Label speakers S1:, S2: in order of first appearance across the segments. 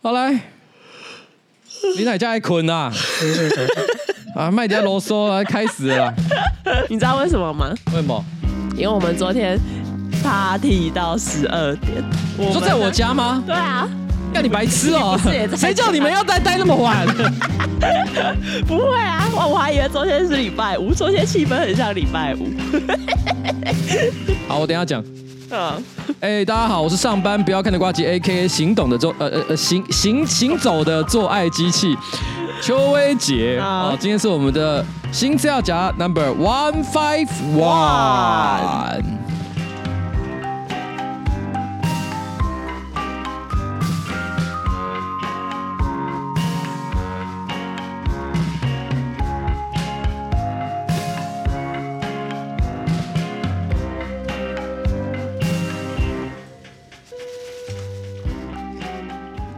S1: 好来，你哪家还困 啊？啊，卖家啰嗦啊，开始了啦，
S2: 你知道为什么吗？
S1: 为什么？
S2: 因为我们昨天 party 到十二点。
S1: 你
S2: 我们
S1: 说在我。家吗？
S2: 对啊，
S1: 要你白痴哦、
S2: 不是也在家
S1: 谁叫你们要待待那么晚？
S2: 不会啊，我我还以为昨天是礼拜五，昨天气氛很像礼拜五。
S1: 好，我等一下讲。
S2: 嗯，
S1: 哎、大家好，我是上班不要看的瓜吉，A K A 行懂的做呃呃呃行行行走的做爱机器，邱薇姐
S2: 啊
S1: 啊，今天是我们的新资料夹 number one five one。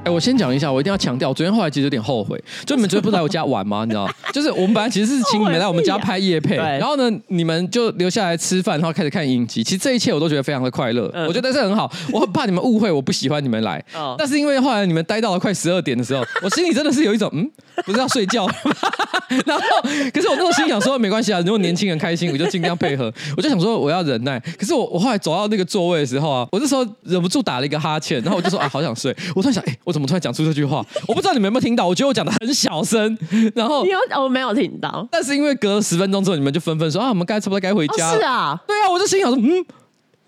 S1: 哎、我先讲一下，我一定要强调，我昨天后来其实有点后悔，就你们昨天不是来我家玩吗？你知 道吗，就是我们本来其实是请你们来我们家拍夜配，
S2: 对
S1: 然后呢，你们就留下来吃饭，然后开始看影集。其实这一切我都觉得非常的快乐，
S2: 嗯
S1: 我觉得是很好。我很怕你们误会我不喜欢你们来，
S2: 哦
S1: 但是因为后来你们待到了快十二点的时候，我心里真的是有一种嗯，不是要睡觉了吗？ 然后，可是我那时候心想说没关系啊，如果年轻人开心，我就尽量配合。我就想说我要忍耐，可是我我后来走到那个座位的时候啊，我这时候忍不住打了一个哈欠，然后我就说啊，好想睡。我突然想，哎、我怎么突然讲出这句话？我不知道你们有没有听到，我觉得我讲的很小声，然后
S2: 你。有我没有听到？
S1: 但是因为隔了十分钟之后，你们就纷纷说啊，我们该差不多该回
S2: 哦，
S1: 家。
S2: 是，啊，
S1: 对啊，我就心想说，嗯，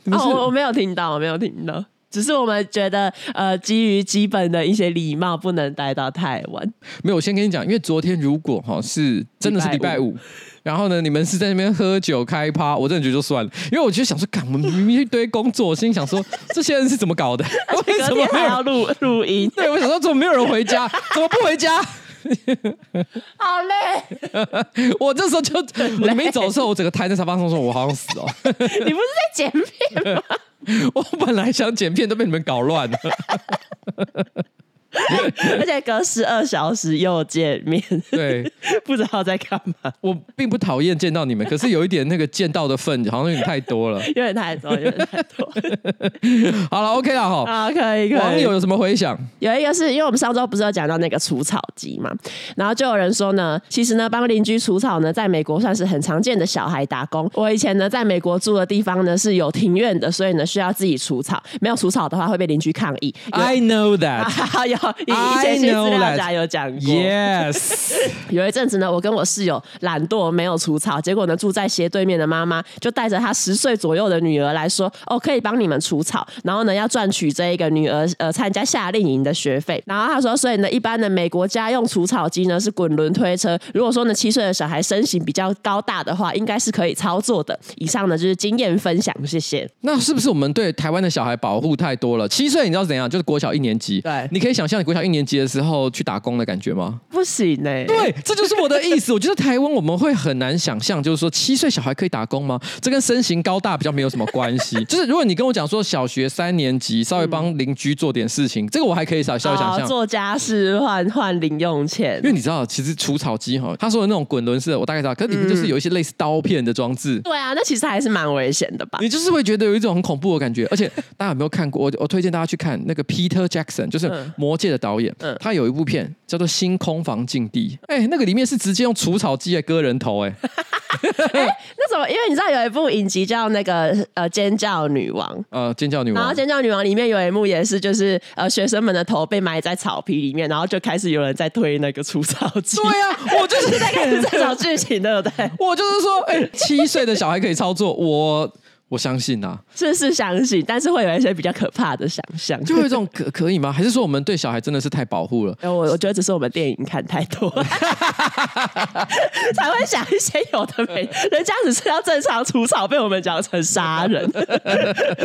S1: 你们
S2: 哦，
S1: 是、
S2: 我我没有听到，我没有听到。只是我们觉得，呃，基于基本的一些礼貌，不能待到太晚。
S1: 没有？我先跟你讲，因为昨天如果哈是真的是礼
S2: 礼
S1: 拜
S2: 拜
S1: 五，然后呢，你们是在那边喝酒开趴，我真的觉得就算了，因为我就想说，干，我们明明一堆工作，我心想说，这些人是怎么 搞的？ 为什
S2: 隔
S1: 么
S2: 天
S1: 没
S2: 还
S1: 有
S2: 要？录录音，
S1: 对，我想说，怎么没有人回 家？怎么不回家？
S2: 好累。
S1: 我这时候就你们一走的时候，我整个瘫在沙发上，说我好想死哦。
S2: 你不是在剪片吗？
S1: 我本来想剪片，都被你们搞乱了。
S2: 而且隔十二小时又见面，
S1: 对，
S2: 不知道在干嘛，
S1: 我并不讨厌见到你们，可是有一点那个见到的份，好像有点太多了。
S2: 有点太多，有点太多
S1: 好了，OK 了哈。
S2: 啊！可以，可以。
S1: 网友有什么回响？
S2: 有一个是因为我们上周不是有讲到那个除草机嘛，然后就有人说呢，其实呢帮邻居除草呢，在美国算是很常见的小孩打工。我以前呢在美国住的地方呢是有庭院的，所以呢需要自己除草，没有除草的话会被邻居抗议。有
S1: I know that.
S2: 啊， 有以以前新资料夹啊有讲过
S1: Yes，
S2: 有一阵子呢，我跟我室友懒惰没有除草，结果呢，住在斜对面的妈妈就带着她十岁左右的女儿来说，哦，可以帮你们除草，然后呢，要赚取这一个女儿呃参加夏令营的学费。然后她说，所以呢，一般的美国家用除草机呢是滚轮推车，如果说呢七岁的小孩身形比较高大的话，应该是可以操作的。以上呢就是经验分享，谢谢。
S1: 那是不是我们对台湾的小孩保护太多了？七岁你知道怎样？就是国小一年级。
S2: 对
S1: 你可以想象你国小一年级的时候去打工的感觉吗？
S2: 不行呢、
S1: 对，这就是我的意思。我觉得台湾我们会很难想象，就是说七岁小孩可以打工吗？这跟身形高大比较没有什么关 系。就是如果你跟我讲说小学三年级稍微帮邻居做点事情，这个我还可以稍稍微想
S2: 好，
S1: 象。
S2: 啊做家事换换零用钱
S1: 因为。你知道，其实除草机哈，他说的那种滚轮式的，我大概知道，可是里面
S2: 嗯
S1: 就是有一些类似刀片的装置，
S2: 对啊，那其实还是蛮危险的吧？
S1: 你就是会觉得有一种很恐怖的感觉。而且大家有没有看过？我我推荐大家去看那个 Peter Jackson，就是《
S2: 嗯
S1: 魔戒》的导演，
S2: 嗯
S1: 他有一部片叫做《星空防禁地》。哎、那个里面是直接用除草机来割人头、哎，
S2: 那怎么？因为你知道有一部影集叫那个呃《尖叫女王》，
S1: 呃，尖叫女
S2: 然后
S1: 王
S2: 《尖叫女王》里面有一幕也是，就是呃学生们的头被埋在草皮里面，然后就开始有人在推那个除草机，
S1: 对呀、我就是
S2: 这种剧情对不对？
S1: 我就是说，哎、七岁的小孩可以操作，我我相信啊呐、
S2: 是是相信，但是会有一些比较可怕的想象。
S1: 就会有一种可可以吗？还是说我们对小孩真的是太保护了？
S2: 呃我我觉得只是我们电影看太多， 才会想一些有的没的，人家只是要正常除草，被我们讲成杀人。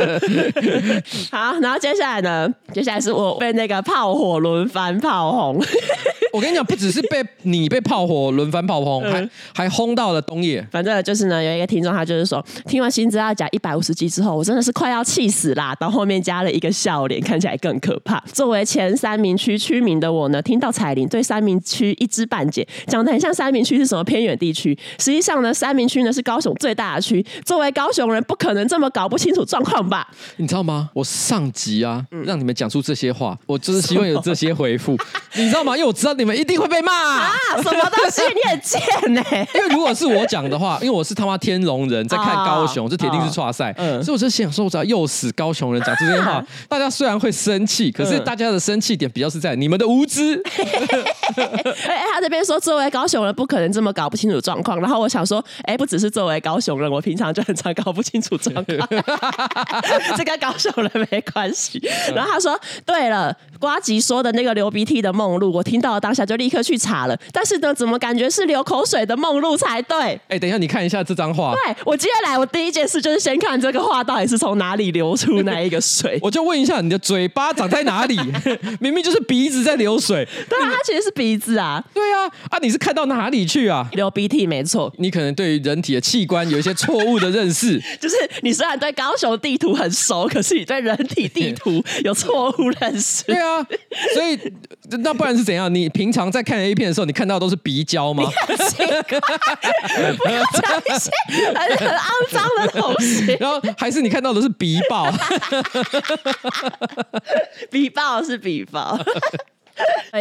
S2: 好，然后接下来呢？接下来是我被那个炮火轮番炮轰。
S1: 我跟你讲，不只是被你被炮火轮番炮轰，还
S2: 嗯
S1: 还轰到了东野。
S2: 反正就是呢，有一个听众他就是说，听完新资料夹一百五十集之后，我真的是快要气死啦！到后面加了一个笑脸，看起来更可怕。作为前三明区区民的我呢，听到彩铃对三明区一知半解，讲得很像三明区是什么偏远地区。实际上呢，三明区呢是高雄最大的区，作为高雄人，不可能这么搞不清楚状况吧？
S1: 你知道吗？我上集啊，
S2: 嗯
S1: 让你们讲出这些话，我就是希望有这些回复， 你知道吗？因为我知道你们一定会被骂、
S2: 啊，什么东西？你很贱欸呢、
S1: 因为如果是我讲的话，因为我是他妈天龙人，在看高雄，
S2: 哦
S1: 这铁定是岔赛，
S2: 嗯
S1: 所以我就想说，我只要诱使高雄人讲这些 话，大家虽然会生气，可是
S2: 嗯
S1: 大家的生气点比较是在你们的无知。
S2: 哎、哎，他这边说作为高雄人不可能这么搞不清楚状况，然后我想说，哎、不只是作为高雄人，我平常就很常搞不清楚状况， 这跟高雄人没关系。然后他说，对了，瓜吉说的那个流鼻涕的梦露，我听到了当下就立刻去查了，但是呢，怎么感觉是流口水的梦露才对？
S1: 哎、等一下，你看一下这张画，
S2: 对我接下来我第一件事就是先看这个话到底是从哪里流出那一个水。
S1: 我就问一下，你的嘴巴长在 哪里？明明就是鼻子在流水。
S2: 对啊，它其实是鼻子啊，
S1: 对啊，啊，你是看到哪里去啊？
S2: 流鼻涕没错。
S1: 你可能对于人体的器官有一些错误的认识，
S2: 就是你虽然对高雄地图很熟，可是你对人体地图有错误认 识。
S1: 对啊，所以那不然是怎样？你平常在看 A 片的时候，你看到都是鼻胶 吗？
S2: 不要讲一些很很肮脏的东西。
S1: 然后还是你看到的是鼻爆？
S2: 比报是比报。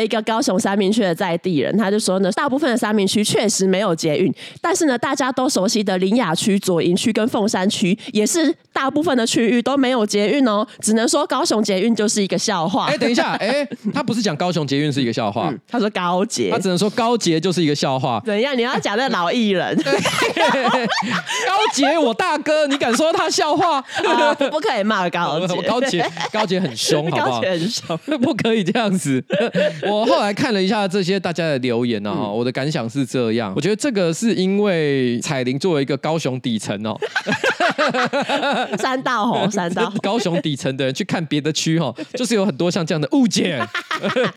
S2: 一个高雄三明区的在地人，他就说呢，大部分的三明区确实没有捷运，但是呢，大家都熟悉的林雅区、左营区跟凤山区，也是大部分的区域都没有捷运哦。只能说高雄捷运就是一个笑话。
S1: 哎、等一下，哎、他不是讲高雄捷运是一个笑话，
S2: 嗯他说高捷
S1: 他，只能说高捷就是一个笑话。
S2: 怎样？你要讲那老 艺人。
S1: 高捷，我大哥，你敢说他笑话？
S2: 啊，不可以骂高 姐，
S1: 高捷，高捷很 凶，好不
S2: 高
S1: 好
S2: 姐？很凶。
S1: 不可以这样 子。我后来看了一下这些大家的留言啊、我的感想是这样，我觉得这个是因为彩玲作为一个高雄底层哦，
S2: 三道红，三道红。
S1: 高雄底层的人去看别的区 哦，就是有很多像这样的误解。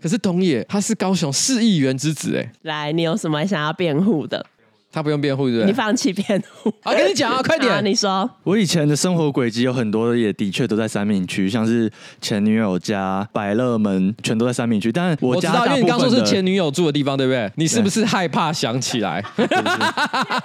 S1: 可是董野他是高雄市议员之子哎，
S2: 来，你有什么想要辩护的？
S1: 他不用辩护对不
S2: 你
S1: 对？
S2: 放弃辩护。
S1: 啊，跟你 讲啊，快
S2: 好
S1: 点！
S2: 你说。
S3: 我以前的生活轨迹有很多，也的确都在三明区，像是前女友家、百乐门，全都在三明区。但我
S1: 我知
S3: 家
S1: 道，因
S3: 大
S1: 为
S3: 部
S1: 你刚说
S3: 分
S1: 是
S3: 的
S1: 前女友住的地方，对不对？你是不
S3: 对
S1: 是害怕想起来？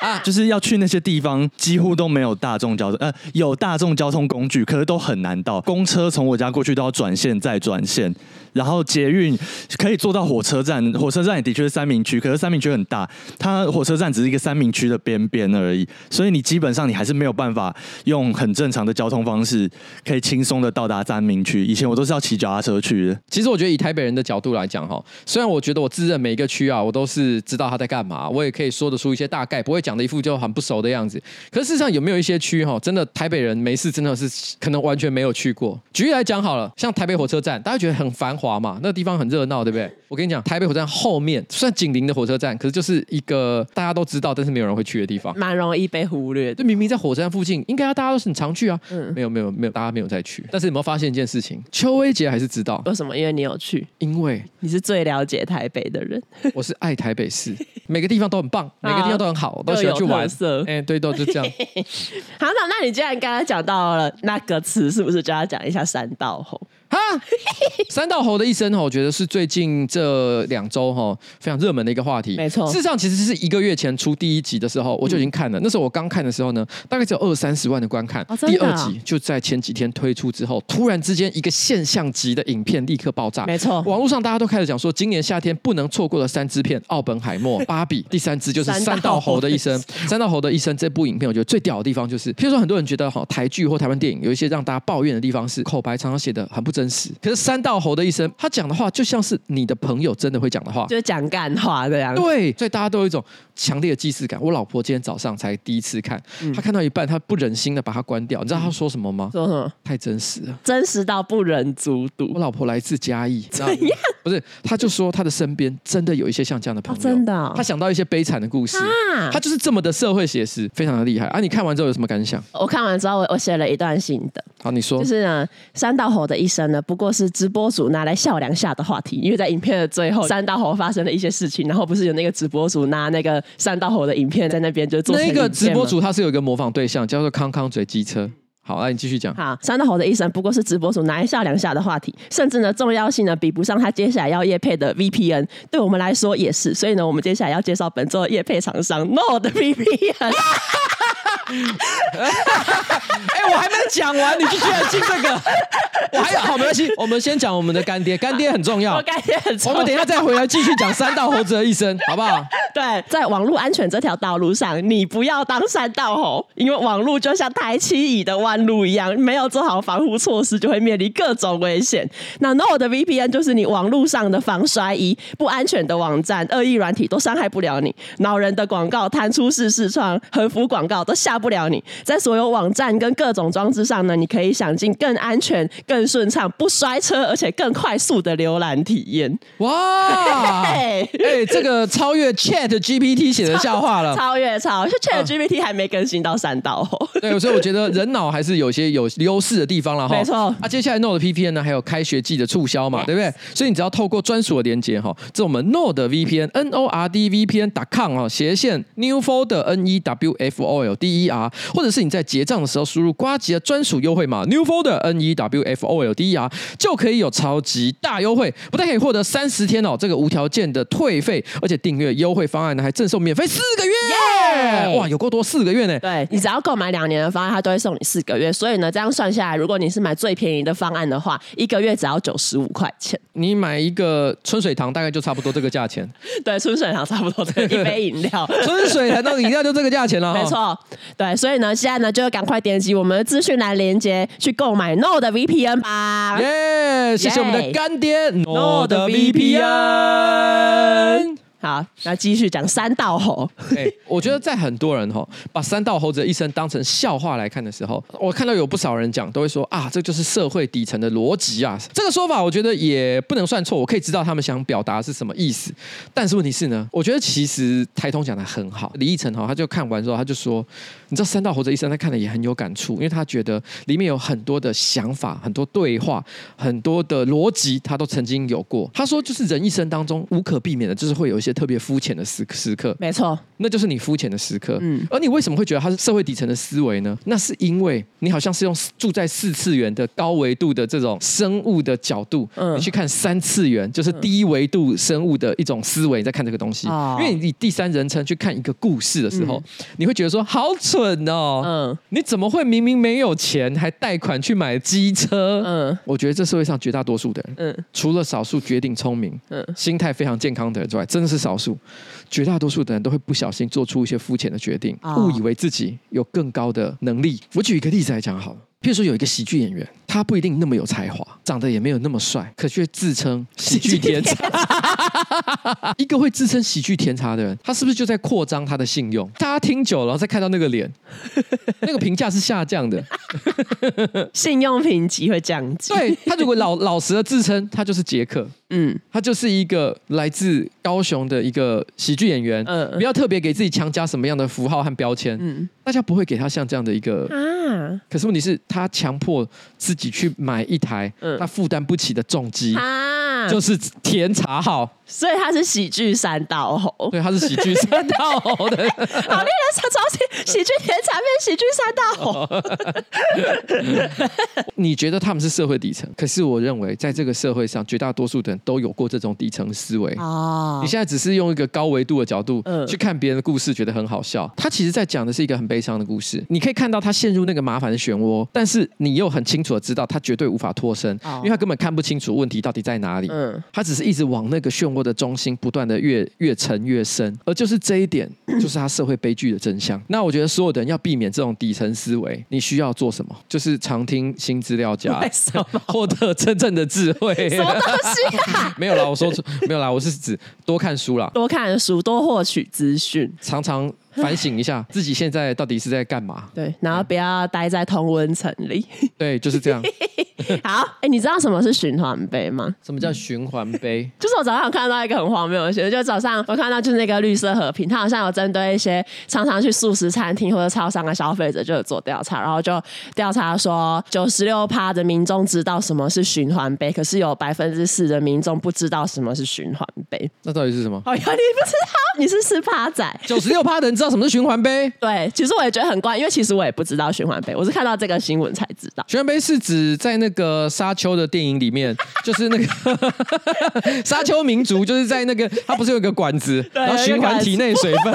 S3: 啊就是要去那些地方，几乎都没有大众交通，呃，有大众交通工具，可是都很难到。公车从我家过去都要转线再转线，然后捷运可以坐到火车站，火车站也的确是三明区，可是三明区很大，它火车站只是一个三明区的边边而已，所以你基本上你还是没有办法用很正常的交通方式，可以轻松的到达三明区。以前我都是要骑脚踏车去的，
S1: 其实我觉得以台北人的角度来讲，哈，虽然我觉得我自认每一个区啊，我都是知道他在干嘛，我也可以说得出一些大概，不会讲的一副就很不熟的样子。可是事实上有没有一些区哈，真的台北人没事真的是可能完全没有去过。举例来讲好了，像台北火车站，大家觉得很繁华嘛，那地方很热闹，对不对？我跟你讲，台北火车站后面虽然紧邻的火车站，可是就是一个大家都知道，但是没有人会去的地方。
S2: 蛮容易被忽略的，
S1: 这明明在火车站附近，应该大家都是很常去啊。没有没有没有，大家没有再去。但是有没有发现一件事情？邱威杰还是知道，
S2: 为什么？因为你有去，
S1: 因为
S2: 你是最了解台北的人。
S1: 我是爱台北市，每个地方都 很棒，每个地方都很好，我都喜欢去
S2: 啊都有
S1: 玩
S2: 特色。
S1: 哎、对，都就这样。
S2: 好，那那你既然刚刚讲到了那个词，是不是就要讲一下三道红？
S1: 哈，三道猴的一生哈，我觉得是最近这两周哈非常热门的一个话题。
S2: 没错嗯
S1: 事实上其实是一个月前出第一集的时候，我就已经看了。那时候我刚看的时候呢，大概只有二三十万的观看。
S2: 哦真
S1: 第
S2: 的
S1: 二
S2: 啊
S1: 集就在前几天推出之后，突然之间一个现象级的影片立刻爆炸。
S2: 没错
S1: 网络上大家都开始讲说，今年夏天不能错过的三支片：《奥本海默》《芭比》，第三支就是《三
S2: 三
S1: 道
S2: 道
S1: 猴
S2: 猴
S1: 的
S2: 的
S1: 一
S2: 一
S1: 生
S2: 生》。
S1: 《三道猴的一生》这部影片，我觉得最屌的地方就是，譬如说很多人觉得哈台剧或台湾电影有一些让大家抱怨的地方是口白常常写的很不真实，可是《三道猴的一生》他讲的话就像是你的朋友真的会讲的话。
S2: 就是讲干话这样。
S1: 对，所以大家都有一种强烈的既视感。我老婆今天早上才第一次看，她看到一半，她不忍心的把它关掉。你知道她说什么吗？
S2: 说什么？
S1: 太真实了。
S2: 真实到不忍卒
S1: 我
S2: 睹。
S1: 老婆来自嘉义，怎
S2: 样？
S1: 我不是，他就说他的身边真的有一些像这样的朋友，
S2: 哦真的哦
S1: 他想到一些悲惨的故事，
S2: 啊
S1: 他就是这么的社会写实，非常的厉害啊！你看完之后有什么感想？
S2: 我看完之后，我我写了一段心得，
S1: 好，你说，
S2: 就是呢，三道猴的一生呢，不过是直播主拿来笑两下的话题，因为在影片 的最后，三道猴发生了一些事情，然后不是有那个直播主拿那个三道猴的影片在那边就做成
S1: 那
S2: 影片
S1: 个直播
S2: 吗
S1: 主他是有一个模仿对象，叫做康康嘴机车。好，那你继续 讲。
S2: 好，三道猴的一生不过是直播主拿一下两下的话题，甚至呢重要性呢比不上他接下来要业配的 VPN，对我们来说也是。所以呢，我们接下来要介绍本周的业配厂商 No 的 VPN。
S1: 哎、我还没讲完，你就居然进这 个，我还有好没关系，我们先讲我们的干爹，干爹很重要
S2: 我。感觉很
S1: 我
S2: 重
S1: 们等一下再回来继续讲三道猴子的一生，好不好？
S2: 对，在网络安全这条道路上，你不要当三道猴，因为网络就像台七乙的弯路一样，没有做好防护措施，就会面临各种危险。那 No 的 VPN 就是你网络上的防摔衣，不安全的网站、恶意软体都伤害不了你，恼人的广告弹出式视窗、横幅广告都吓不了你。在所有网站跟各种装置上呢，你可以想尽更安全、更顺畅、不摔车，而且更快速的浏览体验。
S1: 哇，哎、
S2: 嘿
S1: 这个超越 Chat GPT 写的笑话了。
S2: 超越超，就 Chat GPT 还没更新到三道哦。
S1: 对，所以我觉得人脑还是有些有优势的地方了哈。
S2: 没错
S1: 啊，接下来 Node VPN 呢，还有开学季的促销嘛对不对？所以你只要透过专属的连接哈，这我们 Node VPN N O R D VPN com 哈斜线 New Folder N E W F O L D E R，或者是你在结账的时候输入瓜吉的专属优惠码 New Folder N E W F O L D E R，就可以有超级大优惠，不但可以获得三十天哦这个无条件的退费，而且订阅优惠方案呢还赠送免费四个月，
S2: 耶
S1: 哇，有够多四个月呢。
S2: 对你只要购买两年的方案，它都会送你四个月。所以呢，这样算下来，如果你是买最便宜的方案的话，一个月只要九十五块钱。
S1: 你买一个春水堂大概就差不多这个价钱，
S2: 对，春水堂差不多这一杯饮料。
S1: 春水堂的饮料就这个价钱了，
S2: 没。 错，对，所以呢，现在呢，就赶快点击我们的资讯栏连接去购买 No 的 VPN 吧。
S1: 耶！谢谢我们的
S2: 啊 Yay
S1: 干爹
S2: Nord
S1: No 的 VPN。
S2: 好，那继续讲三道猴。
S1: 哎，我觉得在很多人哈、把三道猴子的一生当成笑话来看的时候，我看到有不少人讲，都会说啊，这就是社会底层的逻辑啊。这个说法我觉得也不能算错，我可以知道他们想表达是什么意思。但是问题是呢，我觉得其实台通讲的很好，李义成哈、他就看完之后他就说，你知道三道猴子的一生，他看了也很有感触，因为他觉得里面有很多的想法、很多对话、很多的逻辑，他都曾经有过。他说，就是人一生当中无可避免的，就是会有一些特别肤浅的时时刻。
S2: 没错，
S1: 那就是你肤浅的时刻。
S2: 嗯
S1: 而你为什么会觉得它是社会底层的思维呢？那是因为你好像是用住在四次元的高维度的这种生物的角度，
S2: 嗯
S1: 你去看三次元，就是低维度生物的一种思维，你在看这个东西。
S2: 哦
S1: 因为你以第三人称去看一个故事的时候，你会觉得说好蠢哦。
S2: 嗯
S1: 你怎么会明明没有钱，还贷款去买机车？
S2: 嗯
S1: 我觉得这社会上绝大多数的人，
S2: 嗯
S1: 除了少数决定聪明、
S2: 嗯
S1: 心态非常健康的人之外，真的是少数。绝大多数的人都会不小心做出一些肤浅的决定，
S2: 哦
S1: 误以为自己有更高的能力。我举一个例子来讲好了。譬如说有一个喜剧演员，他不一定那么有才华，长得也没有那么帅，可却自称喜剧天 才。一个会自称喜剧天才的人，他是不是就在扩张他的信用？大家听久了，然后再看到那个脸，那个评价是下降 的。
S2: 信用评级会降级。
S1: 对他如果老老实的自称，他就是杰克，
S2: 嗯，
S1: 他就是一个来自高雄的一个喜剧演员，
S2: 嗯
S1: 不要特别给自己强加什么样的符号和标签，
S2: 嗯
S1: 大家不会给他像这样的一个。
S2: 啊
S1: 可是问题是，他强迫自己去买一台
S2: 嗯
S1: 他负担不起的重机，
S2: 啊，
S1: 就是甜茶 号，
S2: 所以他是喜剧三道猴。哦
S1: 对，他是喜剧三道猴的。
S2: 好令人超喜喜剧天才变喜剧三大红。
S1: 你觉得他们是社会底层，可是我认为在这个社会上，绝大多数的人都有过这种底层思维。
S2: 哦
S1: 你现在只是用一个高维度的角度
S2: 嗯
S1: 去看别人的故事，觉得很好笑。他其实在讲的是一个很悲伤的故事。你可以看到他陷入那个麻烦的漩涡，但是你又很清楚的知道他绝对无法脱身，
S2: 哦
S1: 因为他根本看不清楚问题到底在哪里。
S2: 嗯
S1: 他只是一直往那个漩涡的中心不断的越越沉越深，而就是这一点，就是他社会悲剧的真相。那我觉得所有的人要避免这种底层思维，你需要做什么？就是常听新资料夹
S2: 为什么，
S1: 获得真正的智慧。
S2: 什么东西啊？
S1: 没有啦，我说错，没有啦，我是指多看书啦，
S2: 多看书，多获取资讯，
S1: 常常反省一 下自己现在到底是在干嘛。
S2: 对，然后不要待在同温层里。
S1: 对，就是这样。
S2: 好，哎、你知道什么是循环杯吗？
S1: 什么叫循环 杯？
S2: 就是我早上有看到一个很荒谬的新闻，就早上我看到就是那个绿色和平，它好像有针对一些常常去素食餐厅或者超商的消费者就有做调查，然后就调查说九十六趴的民众知道什么是循环杯，可是有百分之四的民众不知道什么是循环杯。
S1: 那到底是什么？
S2: 哎呀，你不知道你是吃趴仔？
S1: 九十六趴的人知道什么是循环杯？
S2: 对，其实我也觉得很怪，因为其实我也不知道循环杯，我是看到这个新闻才知道。
S1: 循环杯是指在那个沙丘的电影里 面，就是那个 沙丘民族，就是在那个它不是有一个管 子，然后循环体内水分，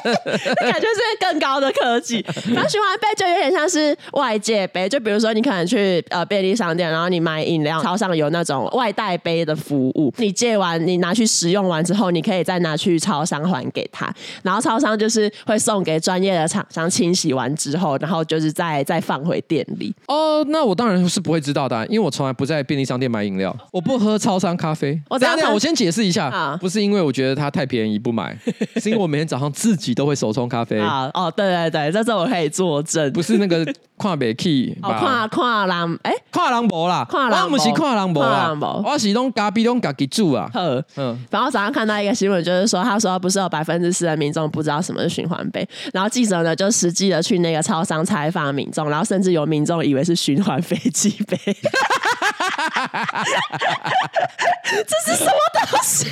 S2: 感觉是更高的科技。然后循环杯就有点像是外界杯，就比如说你可能去呃便利商店，然后你买饮料，超商有那种外带杯的服务，你借完你拿去使用完之后，你可以再拿去超商还给他，然后超商就是会送给专业的厂商清洗完之后，然后就是再再放回店里。
S1: 哦，那我当然是不会知道的啊、因为我从来不在便利商店买饮 料，我不喝超商咖啡。
S2: 我知
S1: 等
S2: 道
S1: 一下等一下
S2: 他
S1: 我先解释一下
S2: 啊，
S1: 不是因为我觉得它太便宜不 买，是因为我每天早上自己都会手冲咖啡，
S2: 啊哦，对对对，这这我可以作证。
S1: 不是那个 跨北 key
S2: 哦，跨跨栏哎，
S1: 跨人博啦，
S2: 看人无
S1: 我不是跨人博
S2: 看
S1: 啦
S2: 人无，
S1: 我是拢家己拢家己煮啊。
S2: 呵，
S1: 嗯，
S2: 然后早上看到一个新闻，就是说他说不是有百分之四的民众不知道什么是循环杯，然后记者呢就实际的去那个超商采访民众，然后甚至有民众以为是循环飞机杯，这是什么东西？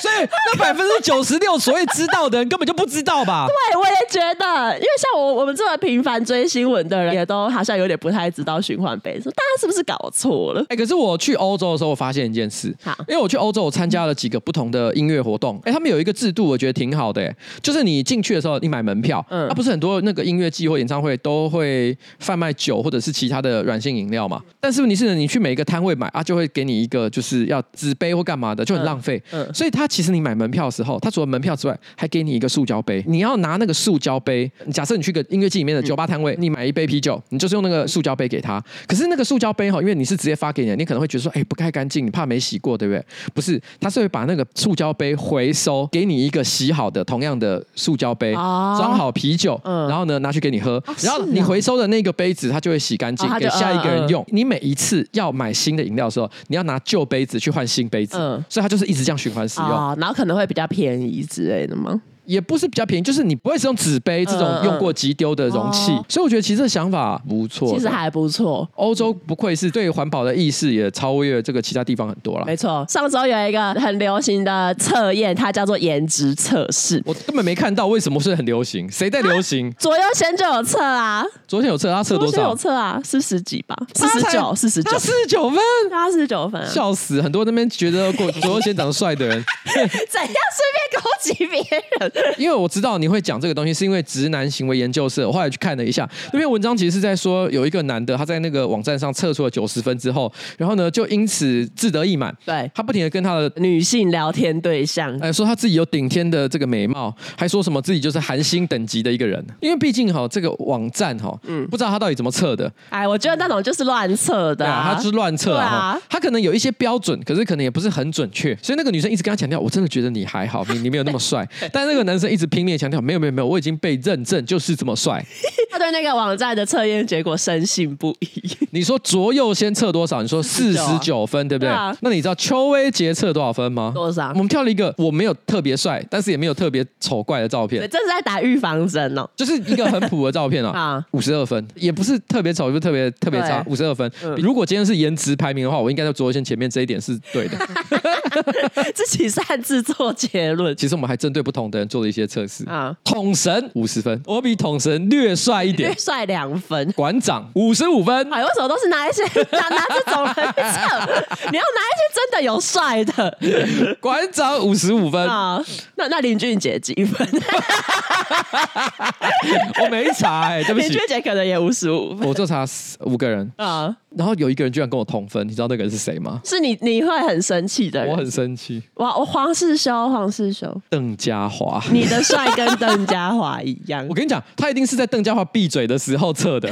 S1: 所以那百分之九十六所谓知道的人根本就不知道吧？
S2: 对，我也觉得，因为像我我们这么频繁追新闻的人，也都好像有点不太知道循环杯，说大家是不是搞错了？
S1: 哎、可是我去欧洲的时候，我发现一件事，
S2: 好
S1: 因为我去欧洲，我参加了几个不同的音乐活动，哎、他们有一个制度，我觉得挺好的、哎就是你进去的时候，你买门票，嗯，
S2: 嗯
S1: 啊，不是很多那个音乐季或演唱会都会贩卖酒或者是其他的软性饮料嘛，但是问题是呢，你去每一个摊位买啊，就会给你一个就是要纸杯或干嘛的，就很浪费，
S2: 嗯嗯
S1: 所以他其实你买门票的时候，他除了门票之外，还给你一个塑胶杯，你要拿那个塑胶杯，假设你去个音乐季里面的酒吧摊位，你买一杯啤酒，你就是用那个塑胶杯给他，可是那个塑胶杯哈，因为你是直接发给你的，你可能会觉得说，哎、不太干净，你怕没洗过，对不对？不是，他是会把那个塑胶杯回收，给你一个洗好的同样的塑胶杯，
S2: 哦
S1: 装好啤酒，
S2: 嗯
S1: 然后呢拿去给你喝，
S2: 哦
S1: 然后
S2: 是
S1: 你
S2: 啊
S1: 回收的那个杯子，它就会洗干净，
S2: 哦它
S1: 给
S2: 就
S1: 下一个人
S2: 嗯嗯
S1: 用。你每一次要买新的饮料的时候，你要拿旧杯子去换新杯子，
S2: 嗯
S1: 所以它就是一直这样循环使用。
S2: 哦，然后可能会比较便宜之类的吗？
S1: 也不是比较便宜，就是你不会使用纸杯这种
S2: 嗯嗯
S1: 用过即丢的容器，
S2: 哦
S1: 所以我觉得其实这想法不错的。
S2: 其实还不错，
S1: 欧洲不愧是对环保的意识也超越这个其他地方很多了。
S2: 没错。上周有一个很流行的测验，它叫做颜值测试。
S1: 我根本没看到为什么是很流行，谁在流行？
S2: 左右先就有测啊，
S1: 昨天有测，他测多
S2: 左右啊先有
S1: 少？
S2: 测啊，四十几吧，四
S1: 他才
S2: 十九，四十九
S1: 他，四十九分，
S2: 他四十九分、啊，
S1: 笑死！很多那边觉得过 左右先长得帅的人，
S2: 怎样顺便攻击别人？
S1: 因为我知道你会讲这个东西，是因为直男行为研究社。我后来去看了一下，那篇文章其实是在说有一个男的，他在那个网站上测出了九十分之后，然后呢就因此志得意满，
S2: 对，
S1: 他不停的跟他的
S2: 女性聊天对象，
S1: 哎，说他自己有顶天的这个美貌，还说什么自己就是韩星等级的一个人。因为毕竟哈，这个网站哈，
S2: 嗯
S1: 不知道他到底怎么测的，
S2: 哎，我觉得那种就是乱测的、啊，
S1: 他就是乱测
S2: 对
S1: 啊
S2: 啊
S1: 哈，他可能有一些标准，可是可能也不是很准确。所以那个女生一直跟他强调，我真的觉得你还好，你你没有那么 帅。但那个男生一直拼命地强调，没有没有没有，我已经被认证就是这么帅。
S2: 他对那个网站的测验结果深信不疑。
S1: 你说卓佑先测多少？你说四
S2: 49
S1: 十
S2: 啊
S1: 九分，对不对？
S2: 对啊
S1: 那你知道邱威杰测多少分吗？
S2: 多少啊
S1: 我们跳了一个我没有特别帅，但是也没有特别丑怪的照片
S2: 对，。这是在打预防针哦。
S1: 就是一个很普的照片 啊
S2: 啊，
S1: 五十二分，也不是特别丑，也不是特别特别差，五十二分。如果今天是颜值排名的话，我应该在卓先前面这一点是对的。
S2: 自己擅自做结论
S1: 其实我们还针对不同的人做了一些测试
S2: 啊，
S1: 统神五十分，我比统神略帅一
S2: 略
S1: 点。
S2: 帅两分。
S1: 馆长五十五 分，
S2: 哎，为什么都是拿一些拿拿这种人去测？你要拿一些真的有帅的
S1: 馆长五十五分，
S2: 啊？ 那那林俊杰几 分？
S1: 我没查哎、对不
S2: 林
S1: 起
S2: 俊，杰可能也五十五分
S1: 我就查五个人，
S2: 啊。
S1: 然后有一个人居然跟我同分，你知道那个人是谁吗？
S2: 是你你会很生气的
S1: 我
S2: 人。
S1: 很生气，
S2: 哇，我黄世修，黄世修，
S1: 邓家华。
S2: 你的帅跟邓家华一 样
S1: 我。跟你讲，他一定是在邓家华闭嘴的时候 测的。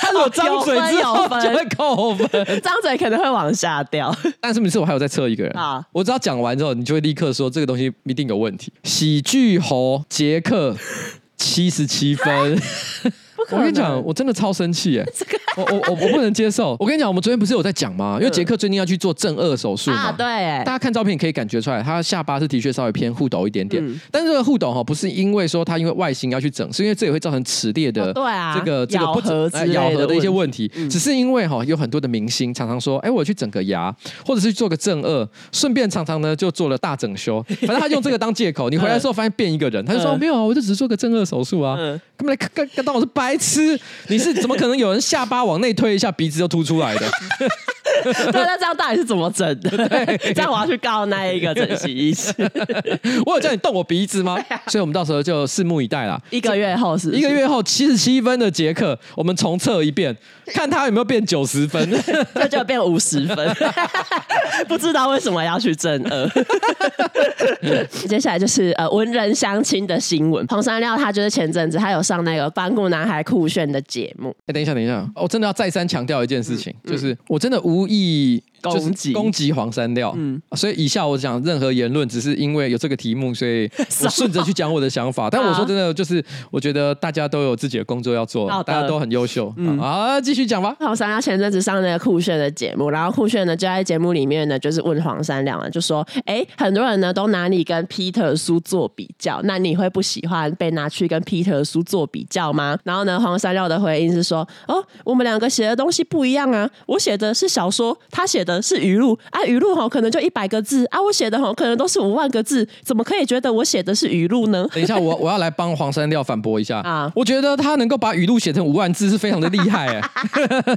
S1: 他如果张嘴之后
S2: 有哦分有分
S1: 就会扣分。
S2: 张嘴可能会往下掉，
S1: 但是每次我还有在测一个人啊
S2: 啊，
S1: 我只要讲完之后，你就会立刻说这个东西一定有问题。喜剧猴杰克七十七分，
S2: 不不可
S1: 我跟
S2: 能。
S1: 你讲，我真的超生 气耶！我我我我不能接受。我跟你讲，我们昨天不是有在讲吗？因为杰克最近要去做正颚手术嘛。
S2: 嗯啊，对，
S1: 大家看照片可以感觉出来，他下巴是的确稍微偏护斗一点
S2: 嗯
S1: 点，但是这个护斗哈，不是因为说他因为外形要去整，是因为这也会造成齿列的、
S2: 哦对啊
S1: 这个这个
S2: 咬
S1: 不整
S2: 合之
S1: 哎
S2: 类的
S1: 咬合的一些问
S2: 问嗯
S1: 题，只是因为哈有很多的明星常常说，哎，我去整个牙，或者是去做个正颚，顺便常常呢就做了大整修， 反正他用这个当借口，你回来的时候发现变一个人，他就说、
S2: 嗯
S1: 哦没有啊，我就只是做个正颚手术啊，
S2: 嗯
S1: 根本来干干当我是白痴，你是怎么可能有人下巴往内推一下，鼻子就凸出 来的？
S2: 对，那这样到底是怎么整的？ 这样我要去告那一个整形医 师。
S1: 我有叫你动我鼻 子吗？所以我们到时候就拭目以待啦。
S2: 一个月后是不是
S1: 一个，月后七十七分的杰克，我们重测一遍，看他有没有变九十分。
S2: 这就变五十分， 不知道为什么要去正二。接下来就是呃文人相亲的新闻，黄山料他就是前阵子他有上那个班固男孩酷炫的节目，
S1: 哎、等一下，等一下，我真的要再三强调一件事情，就是我真的无意就是
S2: 攻
S1: 嗯
S2: 击
S1: 攻击嗯黄山料，所以以下我讲任何言论，只是因为有这个题目，所 以我顺着去讲我的想法。但我说真的，就是我觉得大家都有自己啊的工作要做
S2: 好，的
S1: 大家都很优秀。啊，继续讲 吧。
S2: 黄山亮前阵子上那个酷炫的节目，然后酷炫呢就在节目里面呢，就是问黄山亮啊，就说：“哎，很多人呢都拿你跟 Peter 苏做比较，那你会不喜欢被拿去跟 Peter 苏做比较吗？”然后呢，黄山亮的回应是说：“哦，我们两个写的东西不一样啊，我写的是小说，他写的是语录啊，语录吼可能就一百个字啊，我写的吼可能都是五万个字，怎么可以觉得我写的是语录呢？”
S1: 等一下，我我要来帮黄山料反驳一下
S2: 啊
S1: 我觉得他能够把语录写成五万字是非常的厉 害哎、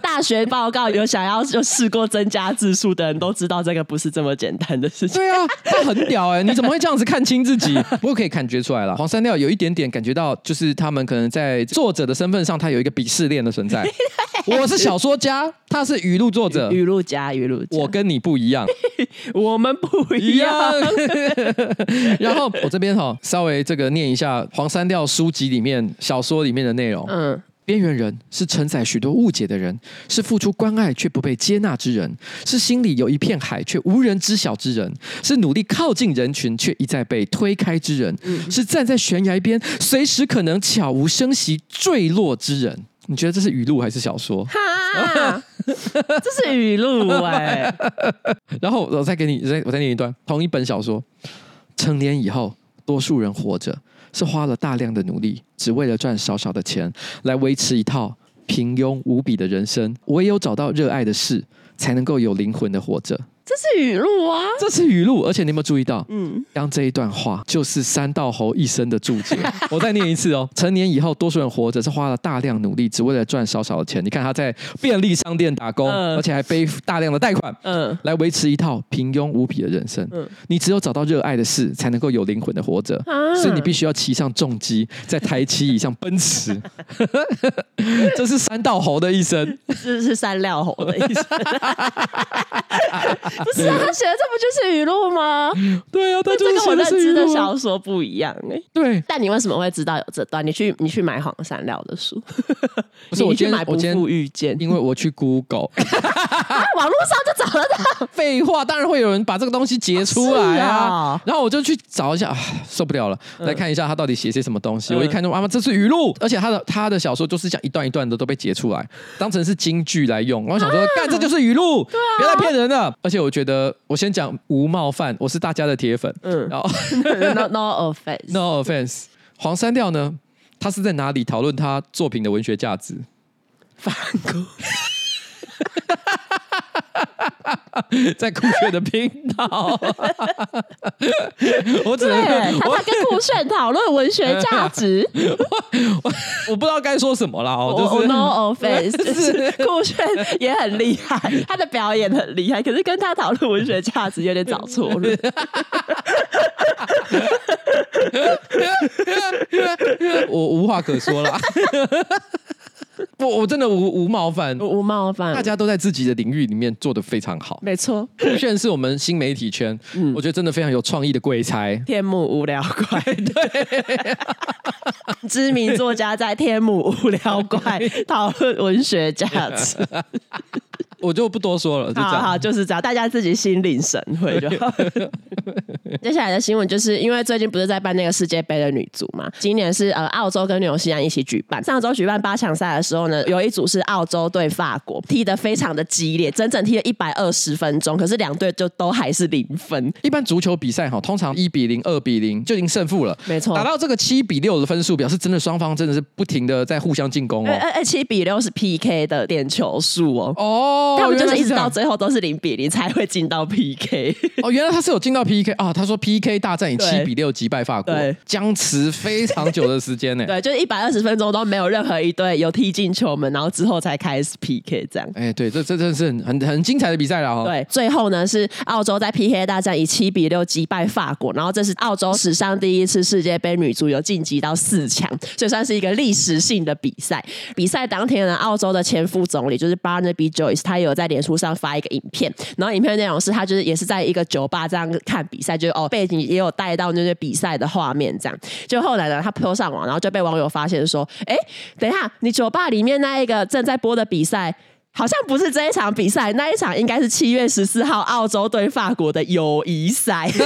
S2: 大学报告有想要就试过增加字数的人都知道，这个不是这么简单的事情。
S1: 对啊，他很屌哎、你怎么会这样子看清自己？ 不过可以感觉出来了，黄山料有一点点感觉到，就是他们可能在作者的身份上，他有一个鄙视链的存 在。我是小说家，他是语录作者，
S2: 语录家，语录家，
S1: 我跟你不一样，
S2: 我们不
S1: 一
S2: 一
S1: 样
S2: 样。。
S1: 然后我这边哈、稍微这个念一下黄山料书籍里面小说里面的内容。
S2: 嗯，
S1: 边缘人是承载许多误解的人，是付出关爱却不被接纳之人，是心里有一片海却无人知晓之人，是努力靠近人群却一再被推开之人，是站在悬崖边随时可能悄无声息坠落之人。你觉得这是语录还是小说？
S2: 哈，这是语录哎、
S1: 然后我再给你，再我再念一段，同一本小说。成年以后，多数人活着是花了大量的努力，只为了赚少少的钱来维持一套平庸无比的人生。唯有找到热爱的事，才能够有灵魂的活着。
S2: 这是语录啊。
S1: 这是语录，而且你有没有注意到？
S2: 嗯，
S1: 刚这一段话就是三道猴一生的注解。我再念一次哦。成年以后，多数人活着是花了大量努力，只为了赚少少的钱。你看他在便利商店打工，
S2: 嗯
S1: 而且还背大量的贷款。
S2: 嗯，
S1: 来维持一套平庸无比的人生。
S2: 嗯
S1: 你只有找到热爱的事，才能够有灵魂的活着。
S2: 啊
S1: 所以你必须要骑上重机，在台七以上奔 驰。这是三道猴的一生。
S2: 是是三料猴 的意思。不是啊，他写的这不就是语录吗？
S1: 对啊，他
S2: 这
S1: 就是
S2: 跟我
S1: 写的
S2: 认
S1: 是
S2: 知
S1: 语
S2: 的
S1: 录啊。
S2: 小说不一样哎、
S1: 对，
S2: 但你为什么会知道有这段？你去你去买黄山料的书，
S1: 不是我今
S2: 你去
S1: 天
S2: 买
S1: 我
S2: 不
S1: 今
S2: 负
S1: 天。
S2: 遇见，
S1: 因为我去 Google，
S2: 啊，网络上就找得 到。
S1: 废话，当然会有人把这个东西截出来啊。
S2: 是啊嗯
S1: 然后我就去找一下，啊受不了了，来看一下他到底写些什么东西。我一看就，啊，这是语录，而且他的他的小说就是讲一段一段的都被截出来，当成是京剧来用。我想
S2: 啊
S1: 说，干这就是语录，别来骗人了。而且我觉得，我先讲无冒犯，我是大家的铁粉，
S2: 嗯
S1: 然后
S2: ，no no offense，
S1: no offense，黄山调呢，他是在哪里讨论他作品的文学价值？
S2: 反骨。
S1: 在酷炫的频 道，我只能
S2: 对，他
S1: 我
S2: 在跟顾炫讨论文学价值。
S1: 我不知道该说什么啦，哦，
S2: 我
S1: 就
S2: 我
S1: 是
S2: no offense，就是顾炫也很厉害，他的表演很厉害，可是跟他讨论文学价值有点找错 路。
S1: 我无话可说啦。 我我真的无无冒犯，
S2: 无冒犯，
S1: 大家都在自己的领域里面做得非常好。
S2: 没错，
S1: 酷炫是我们新媒体圈，
S2: 嗯
S1: 我觉得真的非常有创意的鬼才。
S2: 天幕无聊 怪，对， 知 名作家在天幕无聊怪讨论文学价值，
S1: 我就不多说了，就这
S2: 好
S1: 样。
S2: 好，就是这样，大家自己心领神会就 好。接下来的新闻就是因为最近不是在办那个世界杯的女足嘛，今年是呃澳洲跟纽西兰一起举办。上周举办八强赛的时候呢，有一组是澳洲对法国，踢得非常的激烈，整整踢了一百二十分钟，可是两队就都还是零分。
S1: 一般足球比赛哈，通常一比零、二比零就已经胜负了。
S2: 没错
S1: 打到这个七比六的分数，表示真的双方真的是不停的在互相进攻
S2: 而
S1: 哦。
S2: 而而哎七比六是 PK 的点球数哦。
S1: 哦，
S2: 他们就
S1: 原来
S2: 是一直
S1: 这样
S2: 到最后都是零比零才会进到 PK，
S1: 哦，原来他是有进到 PK 啊、他说 PK 大战以
S2: 对
S1: 七比六击败法国
S2: 对，
S1: 僵持非常久的时间呢。
S2: 对，就是一百二十分钟都没有任何一队有踢进球门，然后之后才开始 PK 这样。
S1: 哎，对，这这真的是很很很精彩的比赛了哦。
S2: 对，最后呢是澳洲在 PK 大战以七比六击败法国，然后这是澳洲史上第一次世界杯女足有晋级到四强，所以算是一个历史性的比赛。比赛当天呢，澳洲的前副总理就是 Barnaby Joyce，他有在脸书上发一个影片，然后影片内容是他就是也是在一个酒吧这样看比赛，就是哦背景也有带到那些比赛的画面这样。就后来呢，他 PO 上网，然后就被网友发现说，哎，等一下，你酒吧里面那一个正在播的比赛。好像不是这一场比赛，那一场应该是七月十四号澳洲对法国的友谊 赛，就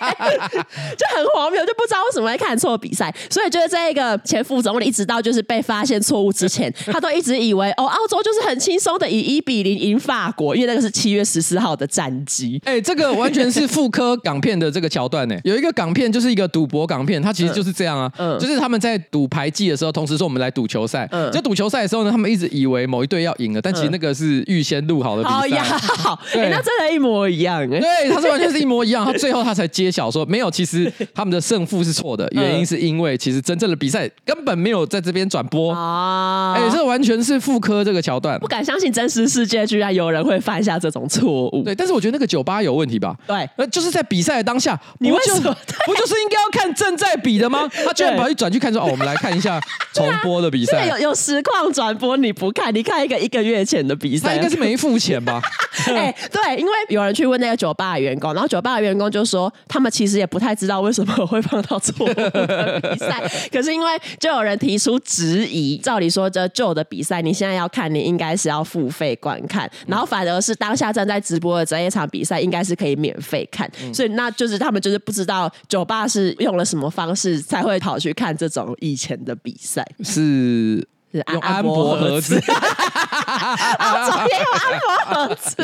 S2: 很荒谬，就不知道为什么会看错比赛。所以就是这一个前副总理，一直到就是被发现错误之前，他都一直以为哦，澳洲就是很轻松的以一比零赢法国，因为那个是七月十四号的战 绩。
S1: 哎、这个完全是复刻港片的这个桥段呢。有一个港片就是一个赌博港片，它其实就是这样啊，
S2: 嗯嗯
S1: 就是他们在赌牌技的时候，同时说我们来赌球赛。
S2: 嗯
S1: 就赌球赛的时候呢，他们一直以为某一队要赢了，但其实那个是预先录好的比
S2: 好
S1: 赛。
S2: 呀，好，
S1: 对
S2: 哎，那真的，一模一样哎。
S1: 对，他是完全是一模一样。他最后他才揭晓说，没有，其实他们的胜负是错
S2: 嗯
S1: 的，原因是因为其实真正的比赛根本没有在这边转播。
S2: 啊
S1: 哎、这完全是复刻这个桥段
S2: 不。敢相信真实世界居然有人会犯下这种错误。
S1: 对，但是我觉得那个酒吧有问题吧？
S2: 对
S1: 呃，就是在比赛的当下，
S2: 你
S1: 不
S2: 为
S1: 就
S2: 什么
S1: 不就是应该要看正在比的 吗？他居然
S2: 对
S1: 跑去转去看说，哦，我们来看一 下重播的比
S2: 这个
S1: 赛
S2: 有。有实况转播你不看，你看一个一个月前的比
S1: 他
S2: 赛，
S1: 应该是没付钱吧？
S2: 哎、对，因为有人去问那个酒吧的员工，然后酒吧的员工就说，他们其实也不太知道为什么会放到错误的比赛，可是因为就有人提出质疑，照理说这旧的比赛你现在要看，你应该是要付费观看，
S1: 嗯
S2: 然后反而是当下正在直播的这一场比赛应该是可以免费看，
S1: 嗯
S2: 所以那就是他们就是不知道酒吧是用了什么方式才会跑去看这种以前的比赛，
S1: 是
S2: 是
S1: 用安博盒子。
S2: 澳洲也有按摩盒子，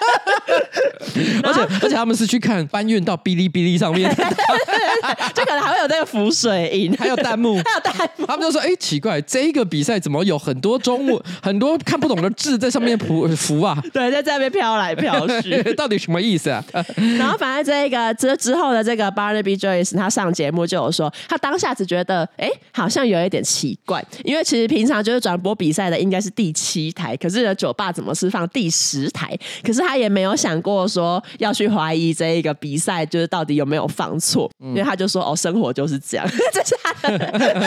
S1: 而且而且他们是去看搬运到哔哩哔哩上 面，
S2: 就可能还会有那个浮水印，
S1: 还有弹幕。
S2: 还有带
S1: 他们就说：“哎、奇怪，这一个比赛怎么有很多中文、很多看不懂的字在上面浮浮啊？
S2: 对，在这边飘来飘去。
S1: 到底什么意思啊？
S2: 然后反正这个之之后的这个 Barnaby Joyce，他上节目就有说，他当下只觉得，哎、好像有一点奇怪，因为其实平常就是转播比赛的应该是第七台，可是呢酒吧怎么是放第十台？可是他也没有想过说要去怀疑这一个比赛就是到底有没有放错，因为他就说，哦，生活就是这样，这是他的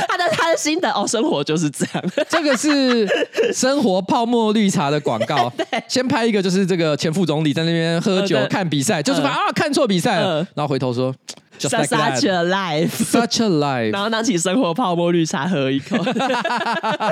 S2: 他的他的心得，哦，生活就是这样。
S1: 这个是生活泡沫绿茶的广 告，先拍一个就是这个前副总理在那边喝酒
S2: 嗯对
S1: 看比赛，就是把啊看错比赛了
S2: 嗯，
S1: 然后回头 说 just like
S2: Such
S1: that。
S2: a life。
S1: Such a
S2: 然
S1: life，
S2: 后拿起生活泡沫绿茶喝 一口。然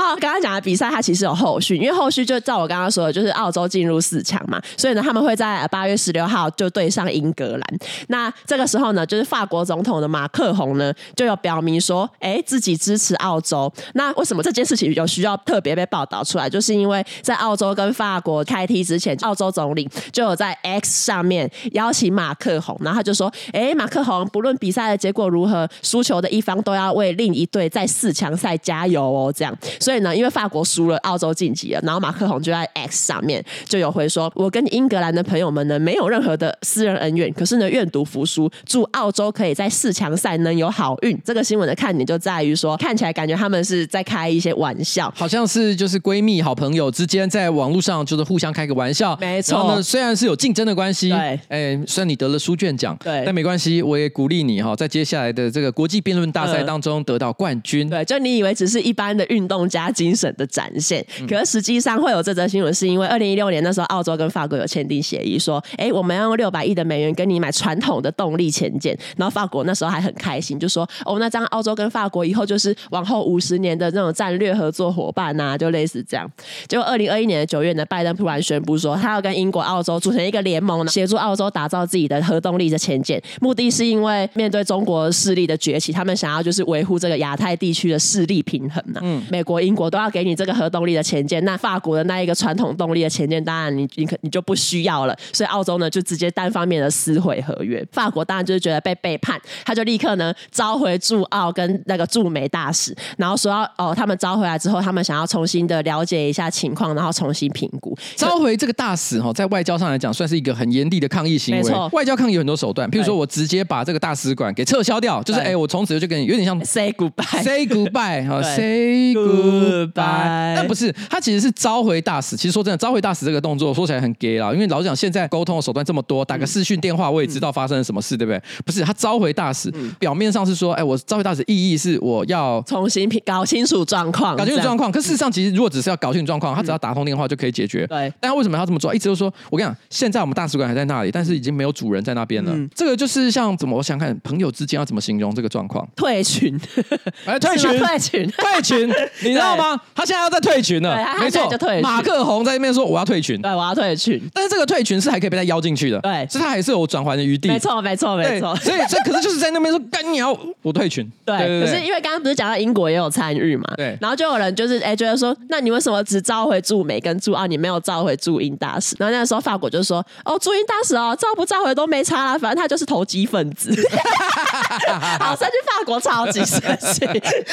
S2: 后刚刚讲的比赛，它其实有后续，因为后续就照我刚刚说的，就是澳洲进入四强嘛，所以呢，他们会在呃八月十六号就对上英格兰。那这个时候呢，就是法国总统的马克宏呢，就有表明说，哎，自己支持澳洲。那为什么这件事情有需要特别被报道出来？就是因为在澳洲跟法国开踢之前，澳洲总理就有在 X 上面邀请马克宏，然后他就说，哎，马克宏，不论比赛的结果如何，输球的一方都要为另一队在四强赛加油哦。这样，所以呢，因为法国输了，澳洲晋级了，然后马克宏就在 X 上面就有回说，我跟英格兰的朋友们呢没有任何的私人恩怨，可是呢，愿赌服输，祝澳洲可以在四强赛能有好运。这个新闻的看点就在于说，看起来感觉他们是在开一些玩笑，
S1: 好像是就是闺蜜、好朋友之间在网络上就是互相开个玩笑，
S2: 没错
S1: 然后呢，虽然是有竞争的关系，
S2: 对嗯
S1: 哎，虽然你得了书卷奖。
S2: 对
S1: 但没关系，我也鼓励你哈，在接下来的这个国际辩论大赛
S2: 嗯
S1: 当中得到冠军。
S2: 对，就你以为只是一般的运动家精神的展现，可是实际上会有这则新闻，是因为二零一六年那时候澳洲跟法国有签订协议，说，哎，我们要用六百亿的美元跟你买传统的动力潜舰，然后法国那时候还很开心，就说，哦，那这样澳洲跟法国以后就是往后五十年的那种战略合作伙伴呐、就类似这样。结果二零二一年的九月呢，拜登突然宣布说，他要跟英国、澳洲组成一个联盟，协助澳洲打造自己的核动力的潜舰。目的是因为面对中国势力的崛起，他们想要就是维护这个亚太地区的势力平衡呐、
S1: 嗯
S2: 美国、英国都要给你这个核动力的潜舰，那法国的那一个传统动力的潜舰，当然你你可你就不需要了。所以澳洲呢就直接单方面的撕毁合约。法国当然就是觉得被背叛，他就立刻呢召回驻澳跟那个驻美大使，然后说要哦他们召回来之后，他们想要重新的了解一下情况，然后重新评估。
S1: 召回这个大使哦哈，在外交上来讲，算是一个很严厉的抗议行为。
S2: 没错
S1: 外交抗议有很多手段，譬如
S2: 对
S1: 说我直接把这个大使馆给撤销掉，就是
S2: 对
S1: 哎，我从此就跟你有点像
S2: Say goodbye。
S1: say goodbye 哈
S2: 对
S1: ，say goodbye，
S2: Goodbye
S1: 但不是，他其实是召回大使。其实说真的，召回大使这个动作说起来很 gay 啦，因为老实讲，现在沟通的手段这么多，打个视讯电话我也知道发生了什么事，对
S2: 嗯
S1: 不对？不是，他召回大使，表面上是说，哎，我召回大使意义是我要。
S2: 重新评搞清楚状况，
S1: 搞清楚状
S2: 况。
S1: 况，可事实上，其实如果只是要搞清楚状况，他
S2: 嗯
S1: 只要打通电话就可以解决。
S2: 对
S1: 但他为什么要这么做？一直都说，我跟你讲，现在我们大使馆还在那里，但是已经没有主人在那边了。这个就是像怎么，我想看朋友之间要怎么形容这个状况？
S2: 退群，
S1: 哎， 退
S2: 是
S1: 群，
S2: 吗退群，
S1: 退群，你知道吗？他现在要在退群了
S2: 对他，他
S1: 没
S2: 现
S1: 错
S2: 在就退群，
S1: 马克宏在那边说我要退群，
S2: 对，我要退群，
S1: 但是这个退群是还可以被他邀进去的，
S2: 对
S1: 所以他还是有转圜的余地。
S2: 没错，没错，
S1: 对，
S2: 没 错。
S1: 所以所以可是就是在那边说干你要我退群，
S2: 对，可是因为刚刚不是讲到英国也有参与嘛，
S1: 对
S2: 然后就有人就是哎、觉得说，那你为什么只召回驻美跟驻澳，你没有召回驻英大使？然后那时候法国就说，哦，驻英大使哦，召不召回都没差啦，反正他就是投机 分子。好，生去法国超级生气，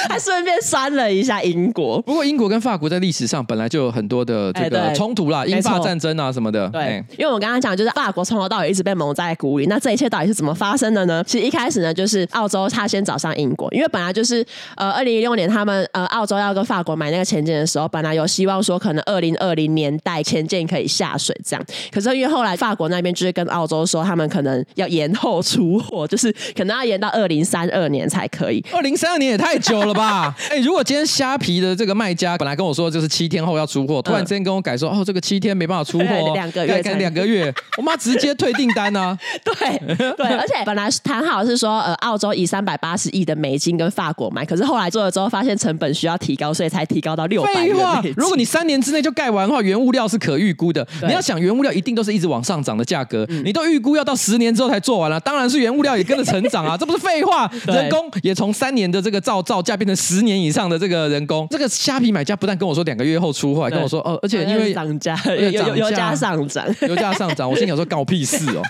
S2: 还顺便酸了一下英国。
S1: 不过英国跟法国在历史上本来就有很多的这
S2: 哎
S1: 个
S2: 对
S1: 冲突啦，英
S2: 没
S1: 法
S2: 错
S1: 战争啊什么的。
S2: 对
S1: 哎，，
S2: 因为我刚刚讲，就是法国从头到尾一直被蒙在鼓里。那这一切到底是怎么发生的呢？其实一开始呢，就是澳洲他先找上英国，因为本来就是呃，二零一六年他们呃澳洲要跟法国买那个潜舰的时候，本来有希望说可能二零二零年代潜舰可以下水这样。可是因为后来法国那边就是跟澳洲说，他们可能要延后出货，就是可能要延到二零三二年才可以。
S1: 二零三二年也太久了 吧？哎、如果今天虾皮的这个卖家本来跟我说就是七天后要出货，突然之间跟我改说、哦，这个七天没办法出货、哦，
S2: 两个月
S1: 改
S2: 才
S1: 改两个 月，我妈直接退订单啊！
S2: 对 对，而且本来谈好是说，呃，澳洲以三百八十亿的美金跟法国买，可是后来做了之后发现成本需要提高，所以才提高到六百
S1: 废
S2: 元
S1: 话
S2: 美金。，
S1: 如果你三年之内就盖完的话，原物料是可预估的。
S2: 对嗯
S1: 你要想原物料一定都是一直往上涨的价格，你都预估要到十年之后才做完了、当然是原物料也跟着成长 啊，这不是废话。
S2: 对
S1: 人工也从三年的这个造造价变成十年以上的这个人工。这个虾皮买家不但跟我说两个月后出货，还跟我说哦，而且因为
S2: 哎涨价， 有有有
S1: 涨价
S2: 加上涨，
S1: 油价上涨，我心想说干我屁事哦。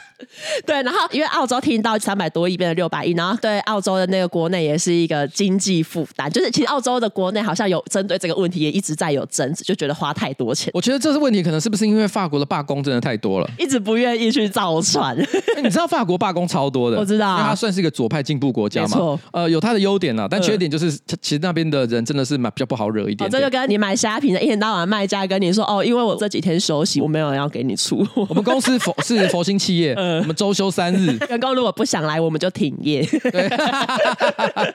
S2: 对，然后因为澳洲听到三百多亿变成六百亿，然后对澳洲的那个国内也是一个经济负担，就是其实澳洲的国内好像有针对这个问题也一直在有争执，就觉得花太多钱，
S1: 我觉得这是问题，可能是不是因为法国的罢工真的太多了？
S2: 一直不愿意去造 船。哦
S1: 哎你知道法国罢工超多的，
S2: 我知道啊
S1: 因为它算是一个左派进步国家
S2: 没
S1: 嘛
S2: 错，
S1: 呃，有它的优点啦，但
S2: 嗯
S1: 缺点就是，它其实那边的人真的是蛮比较不好惹一
S2: 哦，
S1: 点
S2: 这就
S1: 点。
S2: 跟你买虾皮的一天到晚卖家跟你说哦，因为我这几天休息，我没有要给你出 货。
S1: 我们公司佛是佛心企 业，
S2: 嗯
S1: 我们周休三日，
S2: 员工如果不想来，我们就停业。
S1: 对，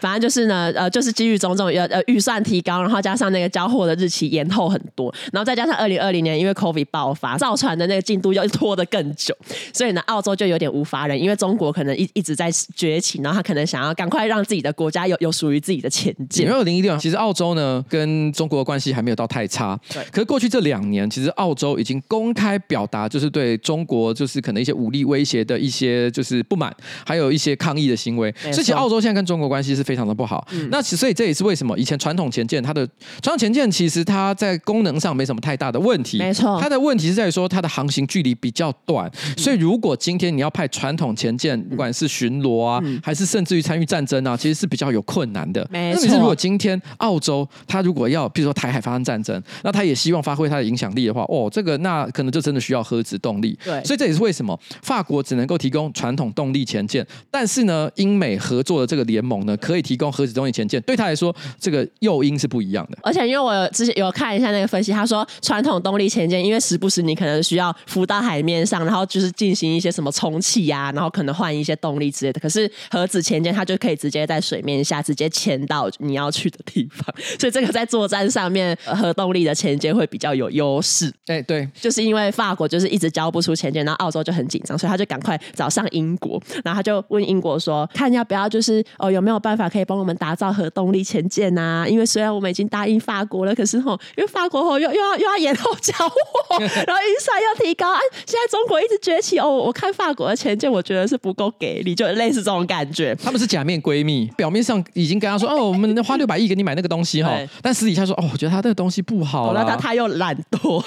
S2: 反正就是呢，呃，就是基于种种呃呃预算提高，然后加上那个交货的日期延后很多，然后再加上二零二零年因为 COVID 爆发，造船的那个进度又拖得更久，所以呢， 澳洲就有点无法忍，因为中国可能一一直在崛起，然后他可能想要赶快让自己的国家有有属于自己的前
S1: 因
S2: 景
S1: 为。二零一六，其实澳洲呢跟中国的关系还没有到太差，
S2: 对
S1: 可是过去这两年，其实澳洲已经公开表达就是对中国就是可能一些武力威胁的一些就是不满，还有一些抗议的行为。所
S2: 没错嗯
S1: 以其实澳洲现在跟中国关系是非常的不好。那其所以这也是为什么以前传统前舰它的传统前舰其实它在功能上没什么太大的问题，
S2: 没错嗯
S1: 它的问题是在于说它的航行距离比较短，所以如果今天你要派传统前舰，不管是巡逻啊，
S2: 嗯
S1: 还是甚至于参与战争啊，其实是比较有困难的。
S2: 没
S1: 那你是
S2: 错
S1: 如果今天澳洲它如果要，比如说台海发生战争，那它也希望发挥它的影响力的话，哦，这个那可能就真的需要核子动力。
S2: 对
S1: 所以这也是为什么法国只能够提供传统动力前舰，但是呢，英美合作的这个联盟呢，可以提供核子动力前舰，对它来说，这个诱因是不一样的。
S2: 而且因为我有之前有看一下那个分析，他说传统动力前舰，因为时不时你可能需要浮到海面上，然后就是进行一些什么充气呀、然后可能换一些动力之类的。可是核子潜舰它就可以直接在水面下直接潜到你要去的地方，所以这个在作战上面呃核动力的潜舰会比较有优势。
S1: 哎、对，
S2: 就是因为法国就是一直交不出钱钱，然后澳洲就很紧张，所以他就赶快找上英国，然后他就问英国说，看要不要就是哦有没有办法可以帮我们打造核动力潜舰啊？因为虽然我们已经答应法国了，可是吼，因为法国吼又又要又要延后交货， 然后预算要提高啊，现在中国一直崛起哦，我看法国的潜舰，我觉得是不够给力，就类似这种感觉。
S1: 他们是假面闺蜜，表面上已经跟她说哦，我们花六百亿给你买那个东西哈
S2: 对，
S1: 但私底下说哦，我觉得他这个东西不好
S2: 好了，
S1: 啦，
S2: 那他他又懒惰，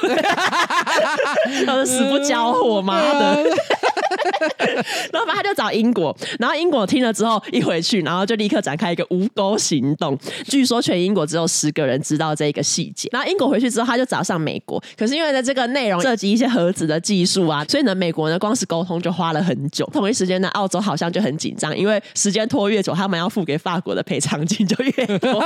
S2: 他说死不交货，妈的！ 然后反正他就找英国，然后英国听了之后一回去，然后就立刻展开一个无钩行动。据说全英国只有十个人知道这个细节。然后英国回去之后，他就找上美国，可是因为呢这个内容涉及一些核子的技术啊，所以呢美国呢光是沟通就花了很久。同一时间呢，澳洲好像就很紧张，因为时间拖越久，他们要付给法国的赔偿金就越多。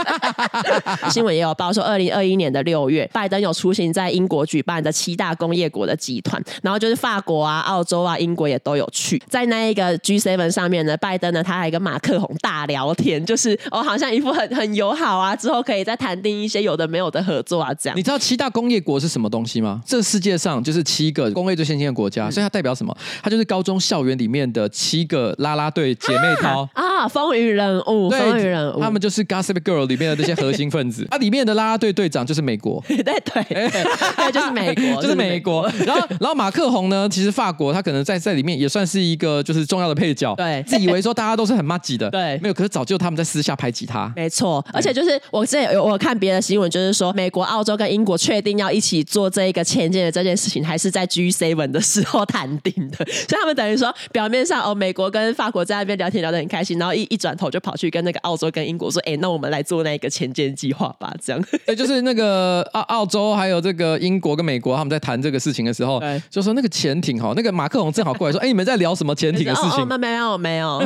S2: 新闻也有报说，二零二一年的六月，拜登有出行在英国举办的七大工业国的集团，然后就是法国啊、澳洲啊、英国也都有去。在那一个 G7 上面呢，拜登呢他还跟马克宏大聊天，就是哦，好像一副很很友好啊，之后可以再谈定一些有的没有的合作啊，这样
S1: 你。知道七大工业国是什么东西吗？这世界上就是七个工业最先进的国家，所以它代表什么？它就是高中校园里面的七个啦啦队姐妹淘。
S2: 啊，风云人物，风云人物，
S1: 他们就是《Gossip Girl》里面的那些核心分 子，它啊里面的啦啦队队长就是美国，
S2: 对对 对，对就是美国，
S1: 哦就是美国。 然后，然后马克宏呢，其实法国他可能在在里面也算是一个就是重要的配角，
S2: 对
S1: 自以为说大家都是很骂几的，
S2: 对
S1: 没有，可是早就他们在私下排挤他。
S2: 没错，而且就是我之前有我有看别的新闻，就是说美国、澳洲跟英国确定要一起做这一个签建的这件事情，还是在 G7 的时候谈定的， 所以他们等于说表面上哦，美国跟法国在那边聊天聊得很开心，然后一一转头就跑去跟那个澳洲跟英国说，哎、那我们来做那一个签建计划吧，这样。
S1: 对，哎就是那个澳澳洲还有这个英国跟美国，他们在谈这个事情的时候
S2: 对，
S1: 就说那个潜艇哈，那个马克宏正好过来说，哎，你们在聊什么潜艇的事
S2: 哦
S1: 情
S2: 哦，？那没有没有，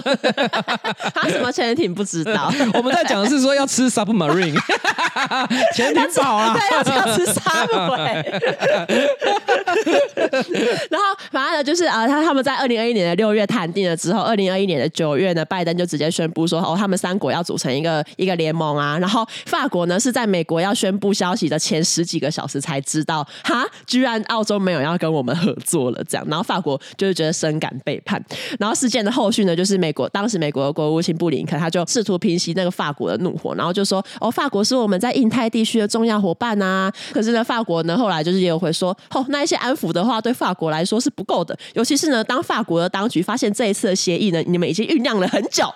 S2: 他什么潜艇不知 道。
S1: 我们在讲的是说要吃 submarine 潜艇堡啊，
S2: 对，要这样吃沙姆欸然后反正呢，就是呃，他他们在二零二一年的六月谈定了之后，二零二一年的九月呢，拜登就直接宣布说，哦，他们三国要组成一个一个联盟啊。然后法国呢是在美国要宣布消息的前十几个小时才知道，哈，居然澳洲没有要跟我们合作了，这样。然后法国就是觉得深感背叛。然后事件的后续呢，就是美国当时美国的国务卿布林肯他就试图平息那个法国的怒火，然后就说哦，法国是我们在印太地区的重要伙伴啊。可是呢，法国呢后来就是也有回说，哦，那一些安抚的话对法国来说是不够的，尤其是呢，当法国的当局发现这一次的协议呢，你们已经酝酿了很久，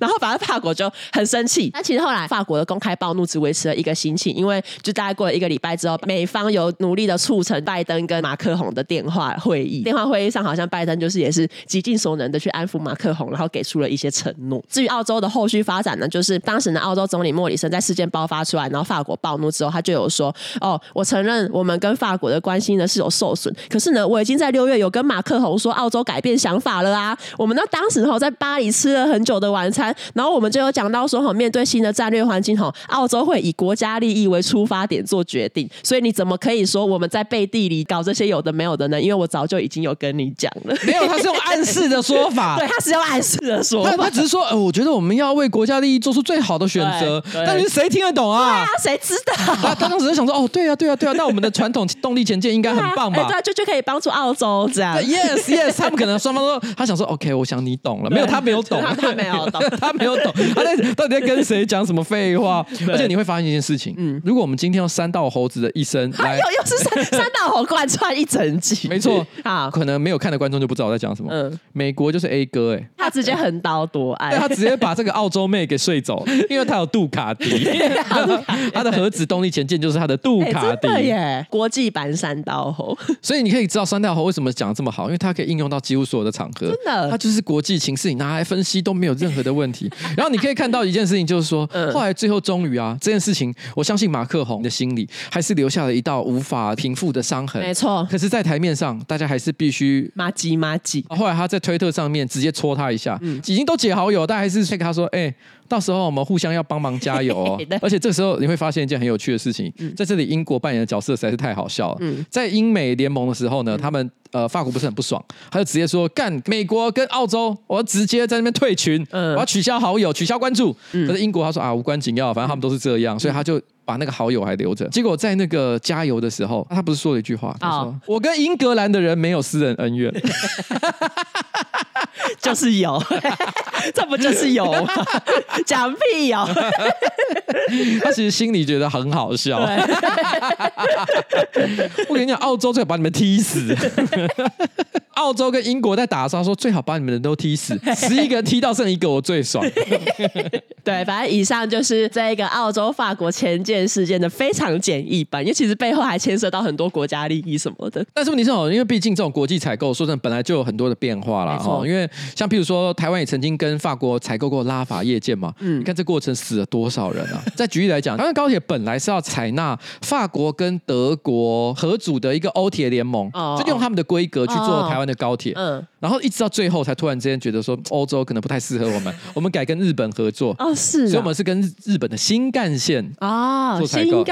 S2: 然后反而法国就很生气。但其实后来法国的公开暴怒只维持了一个星期，因为就大概过了一个礼拜之后，美方有努力的促成拜登跟马克宏的电话会议。电话会议上，好像拜登就是也是极尽所能的去安抚马克宏，然后给出了一些承诺。至于澳洲的后续发展呢，就是当时呢，澳洲总理莫里森在事件爆发出来，然后法国暴怒之后，他就有说：“哦，我承认我们跟法国的关系呢是有受损，可是呢，我已经在六月有跟马克宏说澳洲改变想法了啊。我们呢当时哈在巴黎吃了很久的晚餐，然后我们就有讲到说哈，面对新的战略环境哈，澳洲会以国家利益为出发点做决定，所以你怎么可以说我们在背地里搞这些有的没有的呢？因为我早就已经有跟你讲了，
S1: 没有，他是用暗 示的说法
S2: 对，。他是用暗示的说
S1: 他
S2: 法
S1: 他。只是说，呃，我觉得我们要为国家利益做出最好的选择
S2: 对，对
S1: 但是谁听得懂啊
S2: 啊？，谁知道？
S1: 他他当时就想说，哦，对啊，对啊，对啊，那我们的传统动力前进应该很棒
S2: 对啊哎
S1: 吧
S2: 对、？啊，就就可以帮助澳洲这样
S1: 对。Yes, yes，他们可能双方都，他想说，OK，我想你懂了，没有，他没有懂，
S2: 他他没有懂
S1: 他没有懂，他在到底在跟谁讲什么废话？而且你会发现一件事情，嗯，如果我们今天用三道猴子的一生来
S2: 哎呦，，又是三三道猴贯穿一整集，
S1: 没错
S2: 好，
S1: 可能没有看的观众就不知道我在讲什么。
S2: 嗯哎
S1: 美国就是 A 哥，哎，
S2: 他直接横刀夺爱
S1: 但，他直接把这个澳洲妹给睡走，因为他有杜卡 迪，他的核子动力前进就是他的杜
S2: 哎
S1: 卡迪
S2: 真，的耶，国际版三刀猴，
S1: 所以你可以知道三道猴为什么讲得这么好，因为它可以应用到几乎所有的场合，
S2: 真的
S1: 它就是国际情势，你拿来分析都没有任何的问 题。然后你可以看到一件事情，就是说，
S2: 嗯
S1: 后来最后终于啊，这件事情，我相信马克宏的心里还是留下了一道无法平复的伤痕。
S2: 没错
S1: 可是，在台面上，大家还是必须。
S2: 妈鸡妈鸡，
S1: 后来他在推特上面直接戳他一下，
S2: 嗯
S1: 已经都解好友，但还是跟他说，哎、到时候我们互相要帮忙加油哦
S2: 对。嗯
S1: 而且这时候你会发现一件很有趣的事情，在这里英国扮演的角色实在是太好笑了。在英美联盟的时
S2: 嗯
S1: 候呢，他们呃法国不是很不爽，他就直接说干美国跟澳洲，我要直接在那边退群，
S2: 嗯
S1: 我要取消好友，取消关注。可是英国他说啊无关紧要，反正他们都是这样，
S2: 嗯
S1: 所以他就。把那个好友还留着，结果在那个加油的时候，他不是说了一句话，他说：“
S2: 哦
S1: 我跟英格兰的人没有私人恩怨。”
S2: 就是有， 这不就是有 吗？讲屁哦有，
S1: 他其实心里觉得很好笑。 我跟你讲，澳洲最好把你们踢 死。澳洲跟英国在打的时候说，最好把你们人都踢死，十一个人踢到剩一个，我最 爽。
S2: 对，反正以上就是这个澳洲法国前件事件的非常简易版，因为其实背后还牵涉到很多国家利益什么的。
S1: 但是问题是哦，因为毕竟这种国际采购，说真的，本来就有很多的变化啦。
S2: 没错
S1: 哦，因为像譬如说，台湾也曾经跟法国采购过拉法夜舰嘛，
S2: 嗯
S1: 你看这过程死了多少人 啊！再举例来讲，台湾高铁本来是要采纳法国跟德国合组的一个欧铁联盟，
S2: 哦
S1: 就用他们的规格去做
S2: 哦
S1: 台湾的高铁。
S2: 嗯，
S1: 然后一直到最后才突然之间觉得说，欧洲可能不太适合我 们，我们改跟日本合作，
S2: 哦，是啊，
S1: 所以我们是跟日日本的新干线。
S2: 哦，
S1: 做采购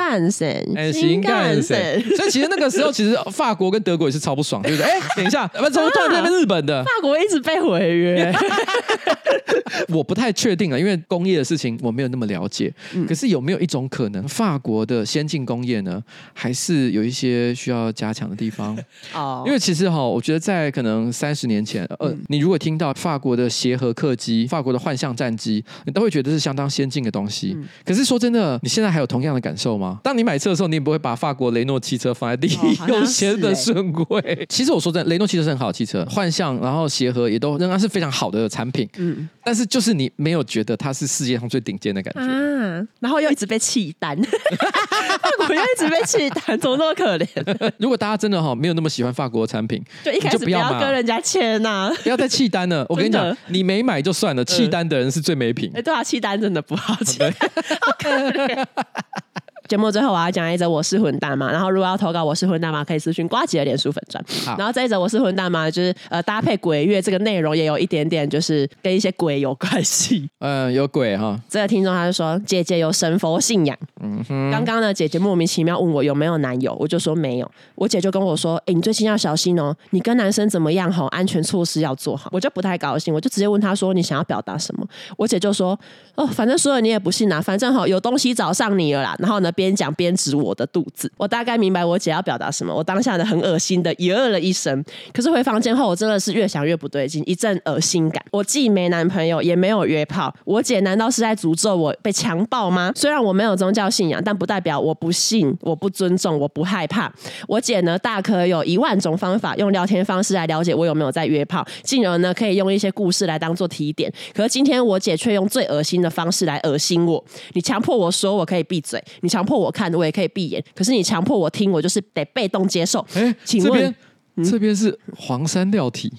S1: 哎
S2: 新干线，
S1: 所以其实那个时候，其实法国跟德国也是超不爽，对不对？哎，等一 下，我们怎么
S2: 啊
S1: 突然变成日本的？
S2: 法国一直被毁 约，
S1: 我不太确定啊，因为工业的事情我没有那么了解。
S2: 嗯
S1: 可是有没有一种可能，法国的先进工业呢，还是有一些需要加强的地方？
S2: 哦，嗯
S1: 因为其实哈，我觉得在可能三十年前，呃，你如果听到法国的协和客机、法国的幻象战机，你都会觉得是相当先进的东西。
S2: 嗯
S1: 可是说真的，你现在还有同样的感受吗？当你买车的时候，你也不会把法国雷诺汽车放在第
S2: 哦
S1: 一
S2: 好像
S1: 优先的
S2: 是
S1: 顺位。其实我说真的，雷诺汽车是很好的汽车，幻象，然后协和也都仍然是非常好的产品。
S2: 嗯
S1: 但是就是你没有觉得它是世界上最顶尖的感觉。
S2: 啊，然后又一直被弃 单，法国又一直被弃单，怎么那么可 怜？
S1: 如果大家真的哈没有那么喜欢法国的产品，
S2: 就一开
S1: 你
S2: 始
S1: 就
S2: 不
S1: 不要啊
S2: 要
S1: 嘛
S2: 跟人家签呐、啊。
S1: 不要再弃单了。我跟你
S2: 真
S1: 讲
S2: 的，嗯
S1: 你没买就算了，弃单的人是最没品
S2: 哎、。对啊，契丹真的不好吃， 好可怜。节目最后我要讲一则我是混蛋嘛，然后如果要投稿我是混蛋嘛，可以私讯瓜姐的脸书粉专
S1: 好。
S2: 然后这一则我是混蛋嘛，就是呃搭配鬼月这个内容也有一点点就是跟一些鬼有关系。
S1: 嗯，有鬼哈。
S2: 这个听众他就说姐姐有神佛信仰，刚刚呢姐姐莫名其妙问我有没有男友，我就说没有，我姐就跟我说，哎、你最近要小心哦，你跟男生怎么样吼，安全措施要做好。我就不太高兴，我就直接问她说你想要表达什么，我姐就说哦，反正说了你也不信啦，反正吼有东西找上你了啦。然后呢边讲边指我的肚子，我大概明白我姐要表达什么，我当下呢很恶心的也饿了一声，可是回房间后我真的是越想越不对劲，一阵恶心感，我既没男朋友也没有约炮，我姐难道是在诅咒我被强暴吗？虽然我没有宗教信仰，但不代表我不信、我不尊重、我不害怕。我姐呢，大可有一万种方法用聊天方式来了解我有没有在约炮，进而呢可以用一些故事来当做提点。可是今天我姐却用最恶心的方式来恶心我。你强迫我说我可以闭嘴，你强迫我看我也可以闭眼，可是你强迫我听，我就是得被动接受。
S1: 哎，
S2: 请
S1: 这
S2: 问嗯
S1: 边。这边是黄山料 体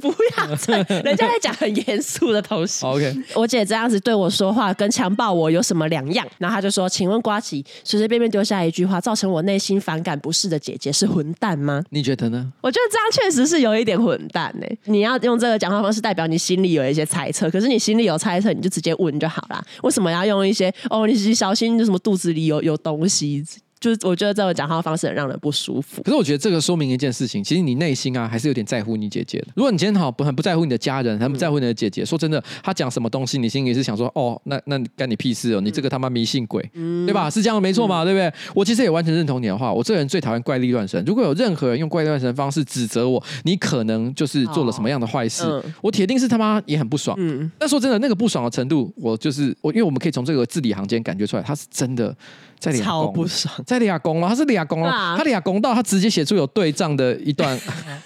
S2: 不要这，人家在讲很严肃的东西。
S1: 好，OK，
S2: 我姐这样子对我说话，跟强暴我有什么两样？然后她就说：“请问瓜奇，随随便便丢下一句话，造成我内心反感不适的姐姐是混蛋吗
S1: 你觉得呢？”？
S2: 我觉得这样确实是有一点混蛋呢、你要用这个讲话方式，代表你心里有一些猜测。可是你心里有猜测，你就直接问就好啦。为什么要用一些哦，你小心就什么肚子里有有东西？就是我觉得这种讲话方式很让人不舒服。
S1: 可是我觉得这个说明一件事情，其实你内心啊还是有点在乎你姐姐的。如果你今天好不很不在乎你的家人，很不在乎你的姐姐，说真的，她讲什么东西，你心里是想说，哦，那那干你屁事哦，你
S2: 嗯
S1: 这个他妈迷信鬼，对吧？是这样没错嘛，对不对？我其实也完全认同你的话，我这个人最讨厌怪力乱神。如果有任何人用怪力乱神的方式指责我，你可能就是做了什么样的坏事，
S2: 哦嗯
S1: 我铁定是他妈也很不爽。
S2: 嗯，
S1: 但说真的，那个不爽的程度，我就是我，因为我们可以从这个字里行间感觉出来，他是真的在俩
S2: 超不
S1: 攻，
S2: 爽。
S1: 在俩攻了，他是俩攻了，
S2: 对啊
S1: 他俩攻到他直接写出有对仗的一 段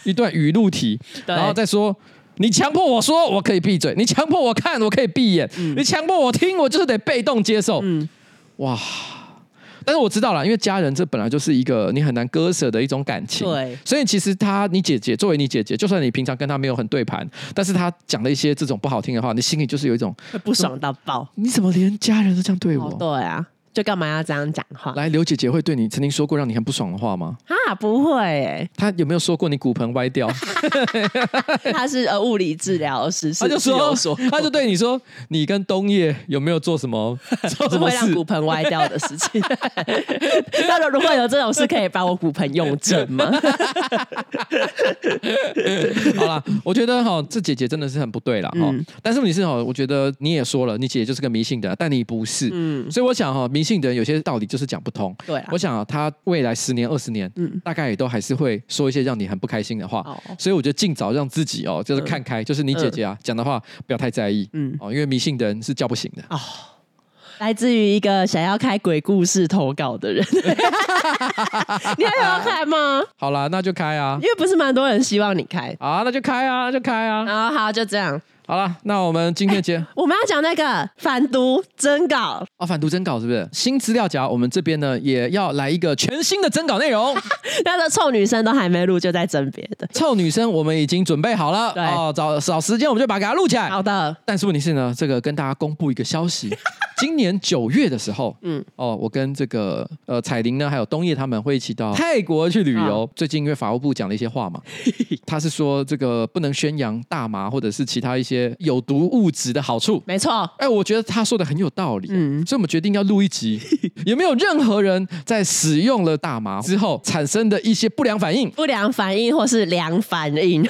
S1: 一段语录题，
S2: 对
S1: 然后再说。你强迫我说我可以闭嘴，你强迫我看我可以闭眼，你强迫我听我就是得被动接受。
S2: 嗯
S1: 哇！但是我知道了，因为家人这本来就是一个你很难割舍的一种感情。
S2: 对
S1: 所以其实她，你姐姐作为你姐姐，就算你平常跟她没有很对盘，但是她讲了一些这种不好听的话，你心里就是有一种
S2: 不爽到爆。
S1: 你怎么连家人都这样对我？
S2: 哦，对啊，就干嘛要这样讲话？
S1: 来，刘姐姐会对你曾经说过让你很不爽的话吗？
S2: 啊，不会、欸，
S1: 她有没有说过你骨盆歪 掉？
S2: 他是呃物理治疗师，
S1: 她就是
S2: 有
S1: 说
S2: 说，
S1: 她就对你说，你跟东野有没有做什 么做
S2: 是
S1: 什么
S2: 会让
S1: 事？
S2: 骨盆歪掉的事情。 那如果有这种事，可以把我骨盆用正吗？
S1: 好啦，我觉得哈，这姐姐真的是很不对啦哈。
S2: 嗯
S1: 但是问题是哈，我觉得你也说了，你姐姐就是个迷信的，但你不是，
S2: 嗯，
S1: 所以我想哈，迷信的人有些道理就是讲不通。
S2: 对啊
S1: 我，想啊，她未来十年、二十年，
S2: 嗯
S1: 大概也都还是会说一些让你很不开心的话。
S2: 哦，
S1: 所以我觉得尽早让自己哦，就是看开，就是你姐姐啊讲的话不要太在意
S2: 嗯，
S1: 哦，因为迷信的人是叫不醒的。
S2: 哦。来自于一个想要开鬼故事投稿的人， 你还有要开吗？
S1: 好啦，那就开啊
S2: 因，为不是蛮多人希望你开。
S1: 啊，那就开啊，那就开啊。
S2: 然后好，就这样。
S1: 好啦，那我们今天节
S2: 我们要讲那个反毒征稿，
S1: 啊反毒征稿是不是新资料夹？我们这边呢也要来一个全新的征稿内 容。
S2: 那个臭女生都还没录，就在争别的。
S1: 臭女生，我们已经准备好了
S2: 对
S1: 哦，找找时间我们就把它给它录起来。
S2: 好的，
S1: 但是问题是呢，这个跟大家公布一个消 息，今年九月的时候，
S2: 嗯
S1: 嗯，哦，我跟这个呃彩玲呢，还有东叶他们会一起到泰国去旅游。最近因为法务部讲了一些话 嘛，他是说这个不能宣扬大麻或者是其他一些有毒物质的好处。
S2: 没错，
S1: 哎，我觉得他说的很有道理，
S2: 嗯
S1: 所以我们决定要录一 集，有没有任何人在使用了大麻之后产生的一些不良反 应，
S2: 不良反应或是良反应，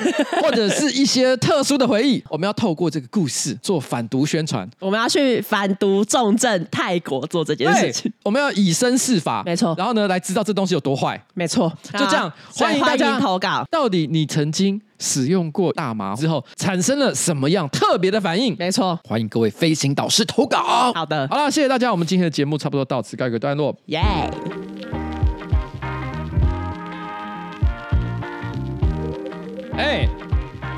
S1: 或者是一些特殊的回忆，我们要透过这个故事做反毒宣 传。
S2: 我们要去反毒重症泰国做这件事
S1: 对
S2: 情。，
S1: 我们要以身试法，
S2: 没错
S1: 然后呢，来知道这东西有多坏。
S2: 没错，
S1: 就这样
S2: 好所
S1: 欢
S2: 以
S1: 迎大家
S2: 欢迎投稿。
S1: 到底你曾经使用过大麻之后，产生了什么样特别的反应？
S2: 没错，
S1: 欢迎各位飞行导师投稿。
S2: 好的
S1: 好了，谢谢大家，我们今天的节目差不多到此告一个段落。
S2: 耶、
S1: 哎，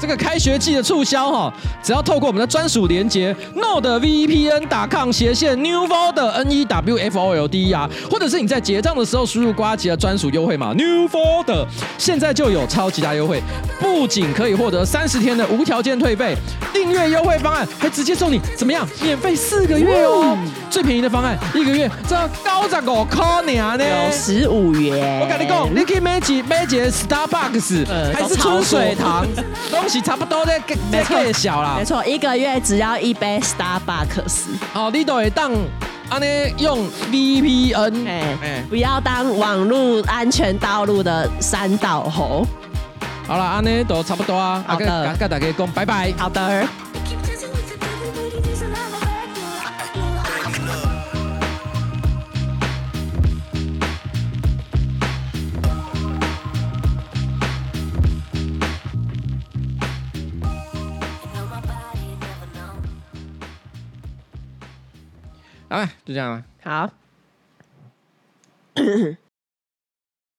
S1: 这个开学季的促销哈、只要透过我们的专属连接 node vpn 打抗斜线 new folder n e w f o l d e r，或者是你在结账的时候输入瓜吉的专属优惠码 new folder，现在就有超级大优惠，不仅可以获得三十天的无条件退费，订阅优惠方案还直接送你怎么样免费四个月哦，最便宜的方案一个月只要高十五块啊呢，
S2: 有十五元，
S1: 我跟你讲，你去买一买一个 Starbucks，、
S2: 哎呃
S1: 还是春水堂， 东西差不多在在介小啦
S2: 没。错，一个月只要一杯 Starbucks，
S1: 哦，你都会当安尼用 VPN，
S2: 哎、
S1: 哎、
S2: 不要当网络安全道路的三道猴。
S1: 好了，安尼都差不多啊。
S2: 好的
S1: 啊跟跟大家讲，拜拜。
S2: 好的。
S4: Keep dancing with the devil, but he doesn't have a back. You know my body, you never know.
S1: 拜拜，就这样了。
S2: 好。